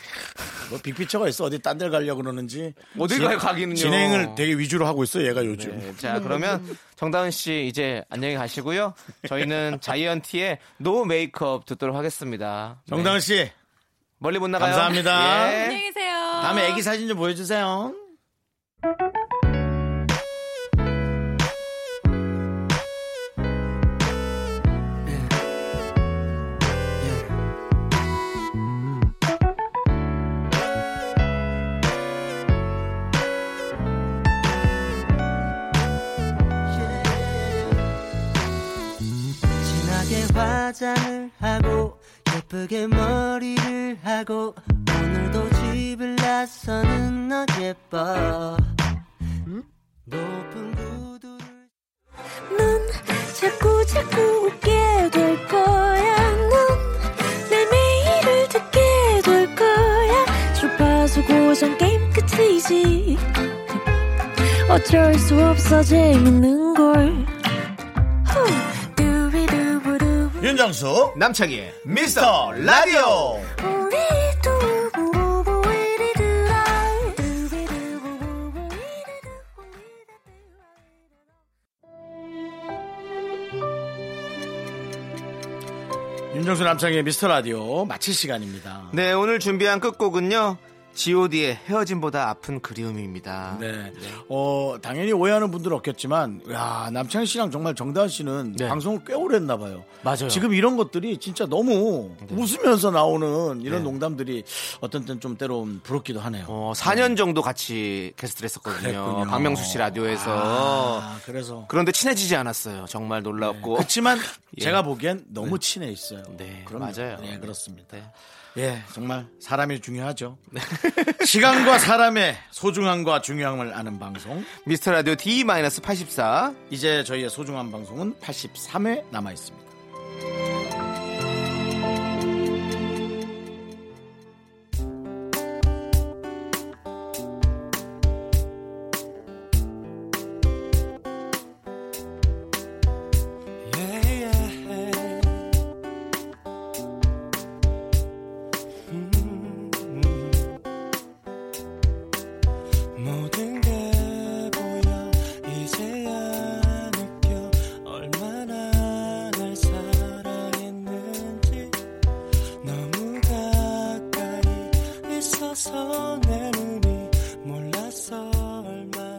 뭐 빅피처가 있어 어디 딴 데 가려고 그러는지 어딜 지- 가요, 가기는요. 진행을 되게 위주로 하고 있어 얘가 요즘 네, 자 그러면 정다은 씨 이제 안녕히 가시고요. 저희는 자이언티의 노 메이크업 듣도록 하겠습니다. 네. 정다은 씨 멀리 못 나가요. 감사합니다. 예. 안녕히 계세요. 다음에 애기 사진 좀 보여주세요 아. 진하게 화장을 하고 예쁘게 머리를 하고 오늘도 집을 나서는 너 예뻐 높은 구두를 넌 자꾸 자꾸 웃게 될 거야. 넌내 매일을 듣게 될 거야. 주파수 고정 게임 끝이지. 어쩔 수 없어 재밌는 걸. 후. 두비두부두. 윤정수 남창희의 미스터 라디오 우리 두부부부 이리들아. 두비두부부부 이리두부. 윤정수 남창의 미스터 라디오 마칠 시간입니다 네 오늘 준비한 끝곡은요. G.O.D의 의 헤어짐보다 아픈 그리움입니다. 네. 어, 당연히 오해하는 분들은 없겠지만, 야 남창희 씨랑 정말 정다은 씨는 네. 방송을 꽤 오래 했나 봐요. 맞아요. 네. 지금 이런 것들이 진짜 너무 웃으면서 나오는 이런 농담들이 어떤 때는 좀 때론 부럽기도 하네요. 어, 4년 정도 같이 게스트를 했었거든요. 그랬군요. 박명수 씨 라디오에서. 아, 네. 그래서. 그런데 친해지지 않았어요. 정말 놀랍고. 그렇지만 예. 제가 보기엔 너무 친해 있어요. 네, 그럼요. 맞아요. 예, 그렇습니다. 네. 예, 정말 사람이 중요하죠. 시간과 사람의 소중함과 중요함을 아는 방송. [laughs] 미스터 라디오 D-84. 이제 저희의 소중한 방송은 83회 남아 있습니다. 음, 모든 게 보여 이제야 느껴 얼마나 날 사랑했는지 너무 가까이 있어서 내 눈이 몰랐어 얼마나